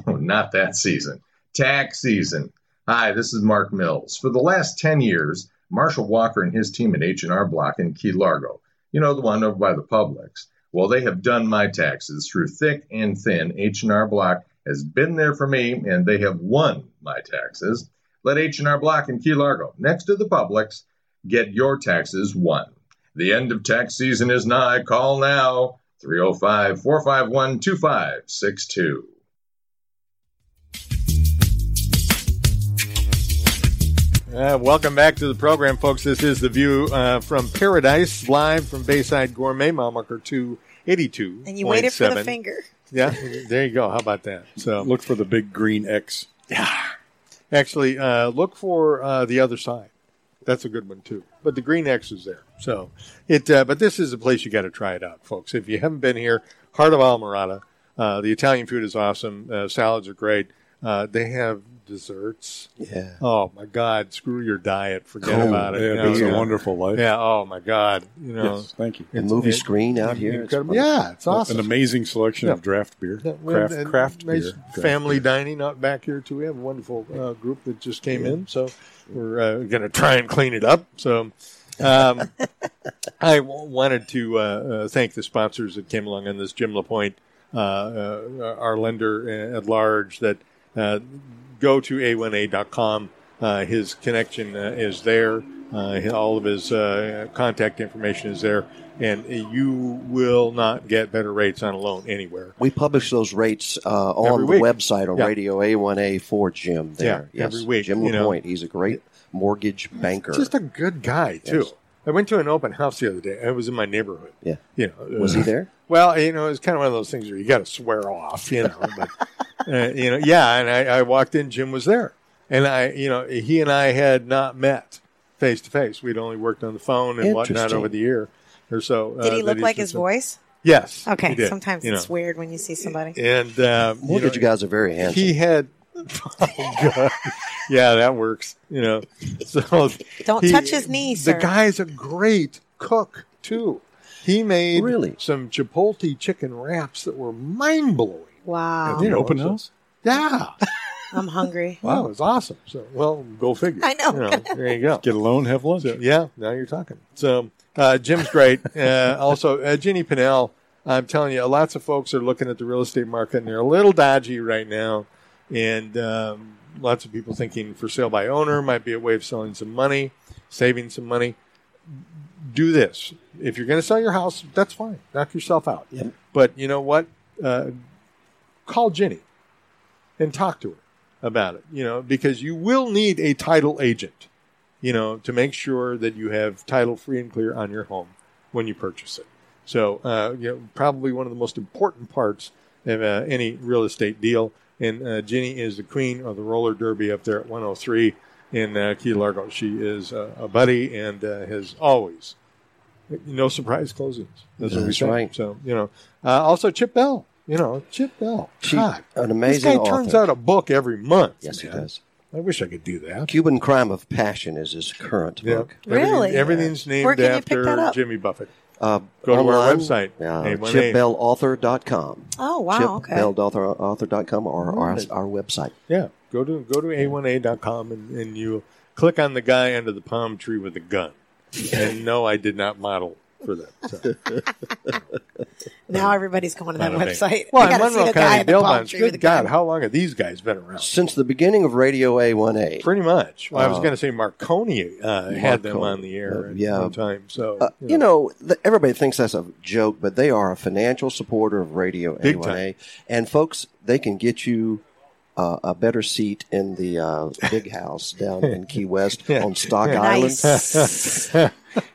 [SPEAKER 14] Not that season, tax season. Hi, this is Mark Mills. For the last 10 years, Marshall Walker and his team at H&R Block in Key Largo, you know, the one over by the Publix, well, they have done my taxes through thick and thin. H&R Block has been there for me, and they have won my taxes. Let H&R Block in Key Largo, next to the Publix, get your taxes won. The end of tax season is nigh. Call now 305 451 2562.
[SPEAKER 1] Uh, welcome back to the program, folks. This is The View uh, from Paradise, live from Bayside Gourmet, mile marker 282.
[SPEAKER 5] And you waited for the finger.
[SPEAKER 1] Yeah, there you go. How about that? So Look for the big green X. Yeah. Actually, uh, look for uh, The Other Side. That's a good one, too. But the green X is there. So it. Uh, but this is a place you got to try it out, folks. If you haven't been here, Heart of Almirada. Uh, the Italian food is awesome. Uh, salads are great. Uh, they have desserts.
[SPEAKER 2] Yeah.
[SPEAKER 1] Oh my God! Screw your diet. Forget
[SPEAKER 10] Oh,
[SPEAKER 1] about it.
[SPEAKER 10] yeah,
[SPEAKER 1] You know,
[SPEAKER 10] it's a
[SPEAKER 1] yeah.
[SPEAKER 10] wonderful life.
[SPEAKER 1] Yeah. Oh my God. You know.
[SPEAKER 10] Yes, thank you.
[SPEAKER 1] it's-
[SPEAKER 10] The movie
[SPEAKER 1] it-
[SPEAKER 10] screen out here, it's
[SPEAKER 1] incredible.
[SPEAKER 10] wonderful.
[SPEAKER 1] yeah, it's awesome.
[SPEAKER 10] An amazing selection of draft beer, craft-
[SPEAKER 1] and
[SPEAKER 10] craft
[SPEAKER 1] nice
[SPEAKER 10] beer, draft
[SPEAKER 1] Family dining out back here too. We have a wonderful uh, group that just came in, so we're uh, going to try and clean it up. So. Um, I w- wanted to uh, uh, thank the sponsors that came along on this. Jim Lapointe, uh, uh, our lender at large, that uh, go to a1a.com. Uh, his connection uh, is there. Uh, all of his uh, contact information is there, and you will not get better rates on a loan anywhere.
[SPEAKER 2] We publish those rates uh, on
[SPEAKER 1] Every
[SPEAKER 2] the
[SPEAKER 1] week.
[SPEAKER 2] website on
[SPEAKER 1] Yeah.
[SPEAKER 2] Radio A1A for Jim. There,
[SPEAKER 1] Yeah,
[SPEAKER 2] yes.
[SPEAKER 1] every week,
[SPEAKER 2] Jim
[SPEAKER 1] you know.
[SPEAKER 2] Lapointe. He's a great mortgage banker.
[SPEAKER 1] Just a good guy too.
[SPEAKER 2] Yes.
[SPEAKER 1] I went to an open house the other day. It was in my neighborhood.
[SPEAKER 2] yeah.
[SPEAKER 1] You know,
[SPEAKER 2] Was he
[SPEAKER 1] uh,
[SPEAKER 2] there?
[SPEAKER 1] Well, you know, it's kind of one of those things where you got to swear off, you know. But, uh, you know, yeah. And I, I walked in, Jim was there, and I, you know, he and I had not met face to face. We'd only worked on the phone and whatnot
[SPEAKER 5] Interesting.
[SPEAKER 1] over the year or so. uh,
[SPEAKER 5] Did he
[SPEAKER 1] that
[SPEAKER 5] look
[SPEAKER 1] he's
[SPEAKER 5] like
[SPEAKER 1] been
[SPEAKER 5] his
[SPEAKER 1] so-
[SPEAKER 5] voice?
[SPEAKER 1] Yes. he
[SPEAKER 5] Okay.
[SPEAKER 1] did,
[SPEAKER 5] Sometimes
[SPEAKER 1] you
[SPEAKER 5] it's
[SPEAKER 1] know.
[SPEAKER 5] weird when you see somebody.
[SPEAKER 1] And um,
[SPEAKER 2] Mortgage
[SPEAKER 1] you know,
[SPEAKER 2] guys are very handsome.
[SPEAKER 1] he had. Oh, God. yeah, that works. You know, so
[SPEAKER 5] Don't
[SPEAKER 1] he-
[SPEAKER 5] touch his knee, sir.
[SPEAKER 1] The guy's a great cook too. He made really some chipotle chicken wraps that were mind blowing.
[SPEAKER 5] Wow.
[SPEAKER 1] so- Yeah.
[SPEAKER 5] I'm hungry.
[SPEAKER 1] Wow, it's awesome. So, well, go figure.
[SPEAKER 5] I know.
[SPEAKER 1] You there you go.
[SPEAKER 10] Get a loan, have lunch.
[SPEAKER 1] So, yeah, now you're talking. So uh, Jim's great. Uh, also, uh, Ginny Pinnell, I'm telling you, lots of folks are looking at the real estate market and they're a little dodgy right now. And um, lots of people thinking for sale by owner might be a way of selling some money, saving some money. Do this. If you're going to sell your house, that's fine. Knock yourself out. But you know what? Uh, call Ginny and talk to her about it, you know, because you will need a title agent, you know, to make sure that you have title free and clear on your home when you purchase it. So, uh, you know, probably one of the most important parts of uh, any real estate deal. And uh, Ginny is the queen of the roller derby up there at 103 in uh, Key Largo. She is uh, a buddy and uh, has always no surprise closings. That's, what we
[SPEAKER 2] That's
[SPEAKER 1] say.
[SPEAKER 2] right.
[SPEAKER 1] So you know, uh, also Chip Bell. You know, Chip Bell.
[SPEAKER 2] She-
[SPEAKER 1] God,
[SPEAKER 2] an
[SPEAKER 1] This
[SPEAKER 2] amazing
[SPEAKER 1] guy turns
[SPEAKER 2] author.
[SPEAKER 1] out a book every month.
[SPEAKER 2] Yes, he
[SPEAKER 1] man.
[SPEAKER 2] does.
[SPEAKER 1] I wish I could do that.
[SPEAKER 2] Cuban Crime of Passion is his current
[SPEAKER 1] Yeah.
[SPEAKER 2] book.
[SPEAKER 1] Everything- everything's named
[SPEAKER 5] Where can you pick that
[SPEAKER 1] after
[SPEAKER 5] up?
[SPEAKER 1] Jimmy Buffett.
[SPEAKER 2] Uh,
[SPEAKER 1] Go to our
[SPEAKER 2] online,
[SPEAKER 1] website,
[SPEAKER 2] Uh,
[SPEAKER 1] A1A.
[SPEAKER 2] ChipBellAuthor.com.
[SPEAKER 5] Oh, wow, okay.
[SPEAKER 2] ChipBellAuthor.com or our,
[SPEAKER 1] Right.
[SPEAKER 2] our website.
[SPEAKER 1] Yeah, go to go to a1a.com and, and you click on the guy under the palm tree with a gun. and no, I did not model for them. So.
[SPEAKER 5] Now everybody's going to that
[SPEAKER 1] Not a big-
[SPEAKER 5] website.
[SPEAKER 1] Well,
[SPEAKER 5] You
[SPEAKER 1] in
[SPEAKER 5] gotta see
[SPEAKER 1] Monroe
[SPEAKER 5] the guy
[SPEAKER 1] County,
[SPEAKER 5] in the
[SPEAKER 1] Bill
[SPEAKER 5] palm
[SPEAKER 1] Bonds,
[SPEAKER 5] tree with
[SPEAKER 1] good
[SPEAKER 5] the
[SPEAKER 1] God, how long have these guys been around?
[SPEAKER 2] Since the beginning of Radio A1A.
[SPEAKER 1] Pretty much. Well, I was
[SPEAKER 2] Uh,
[SPEAKER 1] going to say Marconi uh, had them on the air
[SPEAKER 2] Uh,
[SPEAKER 1] at
[SPEAKER 2] yeah.
[SPEAKER 1] one time. So
[SPEAKER 2] Uh, you know, th- everybody thinks that's a joke, but they are a financial supporter of Radio
[SPEAKER 1] Big
[SPEAKER 2] A1A.
[SPEAKER 1] time.
[SPEAKER 2] And folks, they can get you uh, a better seat in the uh, big house down in Key West on Stock
[SPEAKER 1] Yeah.
[SPEAKER 2] Island.
[SPEAKER 1] Nice. I'd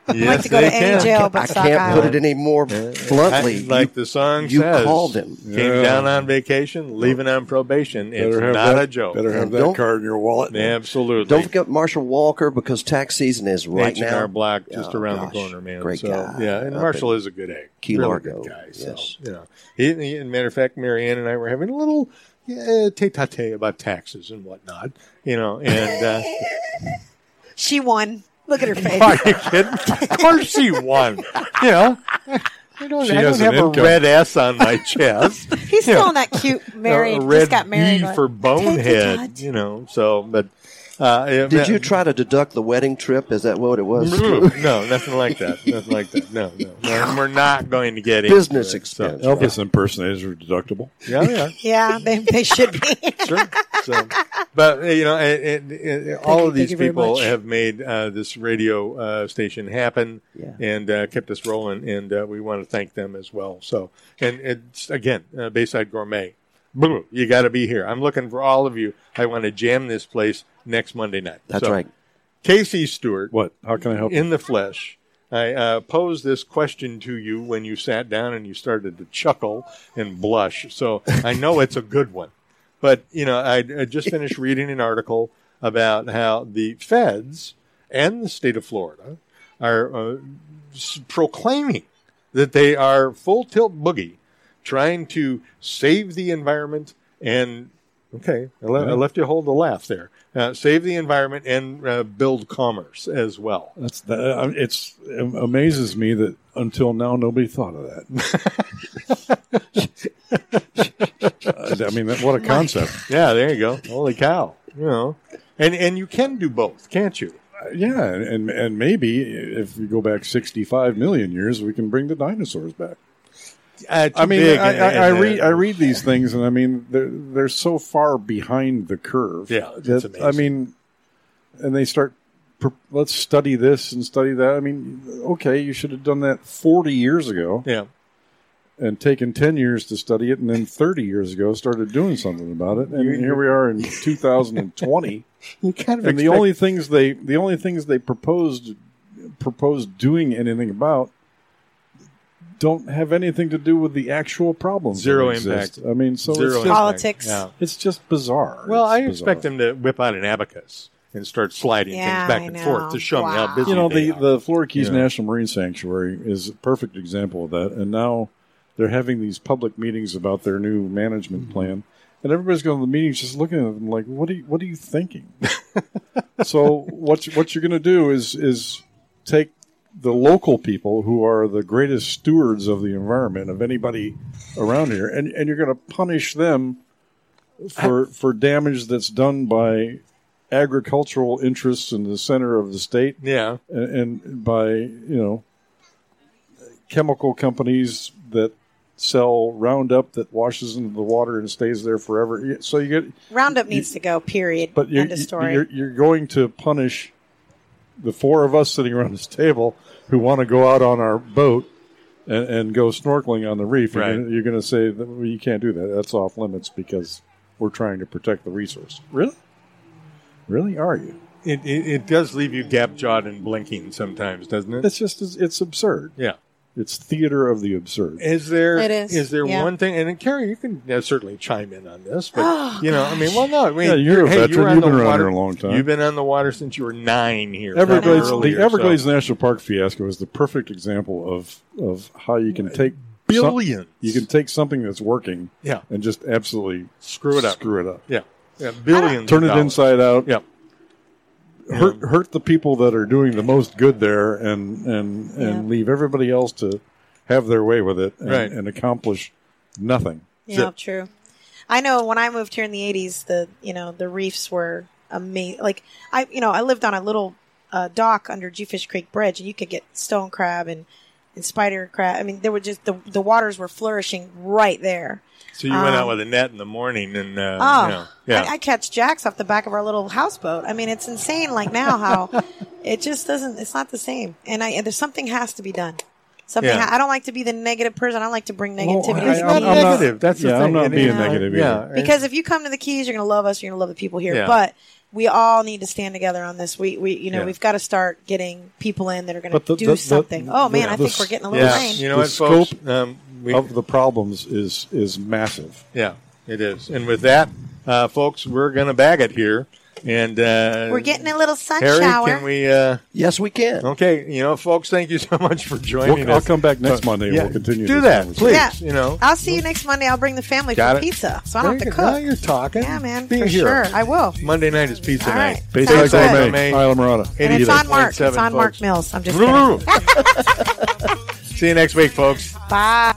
[SPEAKER 1] like Yes, to go to they any can. jail but
[SPEAKER 2] I
[SPEAKER 1] Stock
[SPEAKER 2] can't put
[SPEAKER 1] Island.
[SPEAKER 2] it any more bluntly.
[SPEAKER 1] I- like
[SPEAKER 2] You-
[SPEAKER 1] the song
[SPEAKER 2] you
[SPEAKER 1] says,
[SPEAKER 2] called him.
[SPEAKER 1] Came
[SPEAKER 2] Yeah.
[SPEAKER 1] down on vacation, leaving on probation. It's not a joke.
[SPEAKER 2] And don't-
[SPEAKER 1] Absolutely.
[SPEAKER 2] Don't forget Marshall Walker because tax season is right
[SPEAKER 1] H&R
[SPEAKER 2] now.
[SPEAKER 1] Block just
[SPEAKER 2] Oh,
[SPEAKER 1] around
[SPEAKER 2] gosh.
[SPEAKER 1] the corner, man.
[SPEAKER 2] Great
[SPEAKER 1] so,
[SPEAKER 2] guy. Uh,
[SPEAKER 1] Yeah, and
[SPEAKER 2] up
[SPEAKER 1] Marshall
[SPEAKER 2] in
[SPEAKER 1] is a good egg.
[SPEAKER 2] Key
[SPEAKER 1] Really
[SPEAKER 2] Largo.
[SPEAKER 1] good guy. So,
[SPEAKER 2] Yes.
[SPEAKER 1] you know, he, he, and matter of fact, Marianne and I were having a little uh, tete-a-tete about taxes and whatnot. You know, and uh,
[SPEAKER 5] She won. Look at her face.
[SPEAKER 1] are you kidding? Of course she won. You know, I don't,
[SPEAKER 5] She
[SPEAKER 1] I
[SPEAKER 5] has
[SPEAKER 1] don't
[SPEAKER 5] an
[SPEAKER 1] have a
[SPEAKER 5] income.
[SPEAKER 1] red S on my chest.
[SPEAKER 5] He's
[SPEAKER 1] You know,
[SPEAKER 5] still not cute. Married.
[SPEAKER 1] A red
[SPEAKER 5] just got married.
[SPEAKER 1] E
[SPEAKER 5] like,
[SPEAKER 1] for
[SPEAKER 5] "Thank
[SPEAKER 1] bonehead. You know, so but. Uh, it-
[SPEAKER 2] Did you try to deduct the wedding trip? Is that what it was?
[SPEAKER 1] no, Mm. no, nothing like that. Nothing like that. No, no. no. We're not going to get into
[SPEAKER 2] Business
[SPEAKER 1] it. So,
[SPEAKER 2] expense.
[SPEAKER 10] Elvis impersonators are deductible.
[SPEAKER 1] Yeah, yeah.
[SPEAKER 5] Yeah, they, they should be.
[SPEAKER 1] sure. So, but uh, you know, and, and, and all
[SPEAKER 5] you-
[SPEAKER 1] of these
[SPEAKER 5] thank you very
[SPEAKER 1] people
[SPEAKER 5] much.
[SPEAKER 1] have made uh, this radio uh, station happen and uh, kept us rolling, and uh, we want to thank them as well. So, and it's again, uh, Bayside Gourmet. Boom, you got to be here. I'm looking for all of you. I want to jam this place next Monday night.
[SPEAKER 2] That's
[SPEAKER 1] So,
[SPEAKER 2] right.
[SPEAKER 1] Casey Stewart.
[SPEAKER 10] What? How can I help?
[SPEAKER 1] In the flesh. I uh, posed this question to you when you sat down and you started to chuckle and blush. So I know it's a good one. But, you know, I, I just finished reading an article about how the feds and the state of Florida are uh, s- proclaiming that they are full tilt boogie trying to save the environment and okay I, le- I
[SPEAKER 10] Yeah.
[SPEAKER 1] left you hold the laugh there uh, save the environment and uh, build commerce as well
[SPEAKER 10] That's that, uh, it's it amazes me that until now nobody thought of that. I mean, that- what a concept!
[SPEAKER 1] yeah there you go holy cow you know and and you can do both can't you
[SPEAKER 10] Uh, Yeah, and and maybe if we go back sixty-five million years, we can bring the dinosaurs back.
[SPEAKER 1] Uh, too
[SPEAKER 10] I mean,
[SPEAKER 1] big
[SPEAKER 10] I,
[SPEAKER 1] and-
[SPEAKER 10] I, I
[SPEAKER 1] and, uh,
[SPEAKER 10] read I read these things, and I mean, they're they're so far behind the curve.
[SPEAKER 1] Yeah,
[SPEAKER 10] that,
[SPEAKER 1] that's
[SPEAKER 10] I mean, and they start. pr- Let's study this and study that. I mean, okay, you should have done that forty years ago.
[SPEAKER 1] Yeah,
[SPEAKER 10] and taken ten years to study it, and then thirty years ago started doing something about it, and
[SPEAKER 1] You-
[SPEAKER 10] here we are in two thousand and twenty.
[SPEAKER 1] you kind of
[SPEAKER 10] and the
[SPEAKER 1] expect-
[SPEAKER 10] only things they the only things they proposed proposed doing anything about don't have anything to do with the actual problems. that
[SPEAKER 1] Zero
[SPEAKER 10] exist.
[SPEAKER 1] impact.
[SPEAKER 10] I mean, so
[SPEAKER 1] Zero
[SPEAKER 10] it's just,
[SPEAKER 1] impact. Politics. Yeah.
[SPEAKER 10] It's just bizarre.
[SPEAKER 1] well
[SPEAKER 10] It's
[SPEAKER 1] i
[SPEAKER 10] bizarre.
[SPEAKER 1] expect them to whip out an abacus and start sliding
[SPEAKER 5] Yeah,
[SPEAKER 1] things back
[SPEAKER 5] I
[SPEAKER 1] and
[SPEAKER 5] know.
[SPEAKER 1] forth to show me how busy
[SPEAKER 10] You know,
[SPEAKER 1] they
[SPEAKER 10] the,
[SPEAKER 1] are.
[SPEAKER 10] the Florida Keys
[SPEAKER 1] Yeah.
[SPEAKER 10] National Marine Sanctuary is a perfect example of that. And now they're having these public meetings about their new management
[SPEAKER 1] Mm-hmm.
[SPEAKER 10] plan. And everybody's going to the meetings just looking at them like, what are you, what are you thinking? so what, you- what you're going to do is, is take the local people who are the greatest stewards of the environment of anybody around here, and, and you're going to punish them for for damage that's done by agricultural interests in the center of the state.
[SPEAKER 1] Yeah,
[SPEAKER 10] and, and by you know chemical companies that sell Roundup that washes into the water and stays there forever. So you get
[SPEAKER 5] Roundup needs to go, period.
[SPEAKER 10] but you're,
[SPEAKER 5] End of story.
[SPEAKER 10] You're, you're going to punish the four of us sitting around this table who want to go out on our boat and, and go snorkeling on the reef. You're
[SPEAKER 1] Right.
[SPEAKER 10] gonna- You're going to say that well, you can't do that. That's off limits because we're trying to protect the resource. Really? Really? Are you?
[SPEAKER 1] It, it, it does leave you gap jawed and blinking sometimes, doesn't it?
[SPEAKER 10] It's just it's absurd.
[SPEAKER 1] Yeah.
[SPEAKER 10] It's theater of the absurd.
[SPEAKER 1] Is there
[SPEAKER 10] It
[SPEAKER 1] is.
[SPEAKER 10] is,
[SPEAKER 1] there
[SPEAKER 10] yeah.
[SPEAKER 1] one thing? And Carrie, you can uh, certainly chime in on this, but you know, I mean, well, no, I mean,
[SPEAKER 10] Yeah, you're a
[SPEAKER 1] hey,
[SPEAKER 10] veteran.
[SPEAKER 1] You
[SPEAKER 10] You've
[SPEAKER 1] were on the
[SPEAKER 10] been around
[SPEAKER 1] water-
[SPEAKER 10] here a long time.
[SPEAKER 1] You've been on the water since you were nine here.
[SPEAKER 10] Everglades,
[SPEAKER 1] probably
[SPEAKER 10] the
[SPEAKER 1] earlier, so-
[SPEAKER 10] Everglades National Park fiasco is the perfect example of of how you can take
[SPEAKER 1] Billions.
[SPEAKER 10] some- you can take something that's working,
[SPEAKER 1] Yeah.
[SPEAKER 10] and just absolutely
[SPEAKER 1] Screw it up.
[SPEAKER 10] Screw it up.
[SPEAKER 1] Yeah, yeah, billions.
[SPEAKER 10] Turn
[SPEAKER 1] of
[SPEAKER 10] it
[SPEAKER 1] dollars.
[SPEAKER 10] inside out.
[SPEAKER 1] Yep.
[SPEAKER 10] Hurt hurt the people that are doing the most good there, and and and
[SPEAKER 5] Yeah.
[SPEAKER 10] leave everybody else to have their way with it, and,
[SPEAKER 1] Right.
[SPEAKER 10] and accomplish nothing.
[SPEAKER 5] Yeah, true. I know when I moved here in the eighties, the you know the reefs were amazing. Like I, you know, I lived on a little uh, dock under Jewfish Creek Bridge, and you could get stone crab and and spider crab. I mean, there were just the the waters were flourishing right there.
[SPEAKER 1] So you went
[SPEAKER 5] Um,
[SPEAKER 1] out with a net in the morning and, uh,
[SPEAKER 5] Oh,
[SPEAKER 1] you know, yeah.
[SPEAKER 5] I, I catch jacks off the back of our little houseboat. I mean, it's insane. Like now, how it just doesn't. It's not the same. And I and there's something has to be done. Something.
[SPEAKER 1] Yeah.
[SPEAKER 5] ha- I don't like to be the negative person. I don't like to bring negativity.
[SPEAKER 1] Well,
[SPEAKER 5] to
[SPEAKER 1] it's not
[SPEAKER 5] the meetings.
[SPEAKER 1] negative. That's the
[SPEAKER 10] yeah, I'm
[SPEAKER 1] thing.
[SPEAKER 10] not
[SPEAKER 1] It
[SPEAKER 10] being
[SPEAKER 1] is-
[SPEAKER 10] negative
[SPEAKER 1] yeah,
[SPEAKER 10] either.
[SPEAKER 5] Because if you come to the keys, you're going to love us. You're going to love the people here.
[SPEAKER 10] Yeah.
[SPEAKER 5] But we all need to stand together on this. We, we, you know,
[SPEAKER 10] Yeah.
[SPEAKER 5] we've got to start getting people in that are going
[SPEAKER 10] But
[SPEAKER 5] to
[SPEAKER 10] the-
[SPEAKER 5] do
[SPEAKER 10] the- the-
[SPEAKER 5] something. oh man,
[SPEAKER 10] the-
[SPEAKER 5] I
[SPEAKER 10] the
[SPEAKER 5] think we're getting a little
[SPEAKER 10] s-
[SPEAKER 5] lame.
[SPEAKER 1] You know
[SPEAKER 10] the
[SPEAKER 1] what, folks?
[SPEAKER 10] scope
[SPEAKER 1] Um, we-
[SPEAKER 10] of the problems is is massive.
[SPEAKER 1] Yeah, it is. And with that, uh, folks, we're going to bag it here. And uh,
[SPEAKER 5] We're getting a little sun
[SPEAKER 1] Harry,
[SPEAKER 5] shower.
[SPEAKER 1] can we? Uh,
[SPEAKER 2] yes, we can.
[SPEAKER 1] Okay, you know, folks, thank you so much for joining
[SPEAKER 10] We'll- I'll
[SPEAKER 1] us. Uh,
[SPEAKER 10] come back next Monday and
[SPEAKER 1] yeah,
[SPEAKER 10] we'll continue
[SPEAKER 1] Do
[SPEAKER 10] this
[SPEAKER 1] that,
[SPEAKER 10] conversation.
[SPEAKER 1] please.
[SPEAKER 5] Yeah.
[SPEAKER 1] You know,
[SPEAKER 5] I'll see you next Monday. I'll bring the family
[SPEAKER 1] Got
[SPEAKER 5] for
[SPEAKER 1] it.
[SPEAKER 5] pizza, so I don't have to
[SPEAKER 1] There you go. Now
[SPEAKER 5] cook.
[SPEAKER 1] you're talking.
[SPEAKER 5] Yeah, man,
[SPEAKER 1] Be
[SPEAKER 5] for
[SPEAKER 1] here.
[SPEAKER 5] sure. I will.
[SPEAKER 1] Monday night is pizza
[SPEAKER 5] All
[SPEAKER 1] night.
[SPEAKER 5] right. Basic Sounds
[SPEAKER 1] Basic
[SPEAKER 5] good.
[SPEAKER 1] MMA.
[SPEAKER 10] Isla Morada.
[SPEAKER 5] And it's on Mark. It's
[SPEAKER 1] 88.7,
[SPEAKER 5] on Mark
[SPEAKER 1] folks.
[SPEAKER 5] Mills. I'm just kidding.
[SPEAKER 1] See you next week, folks.
[SPEAKER 5] Bye.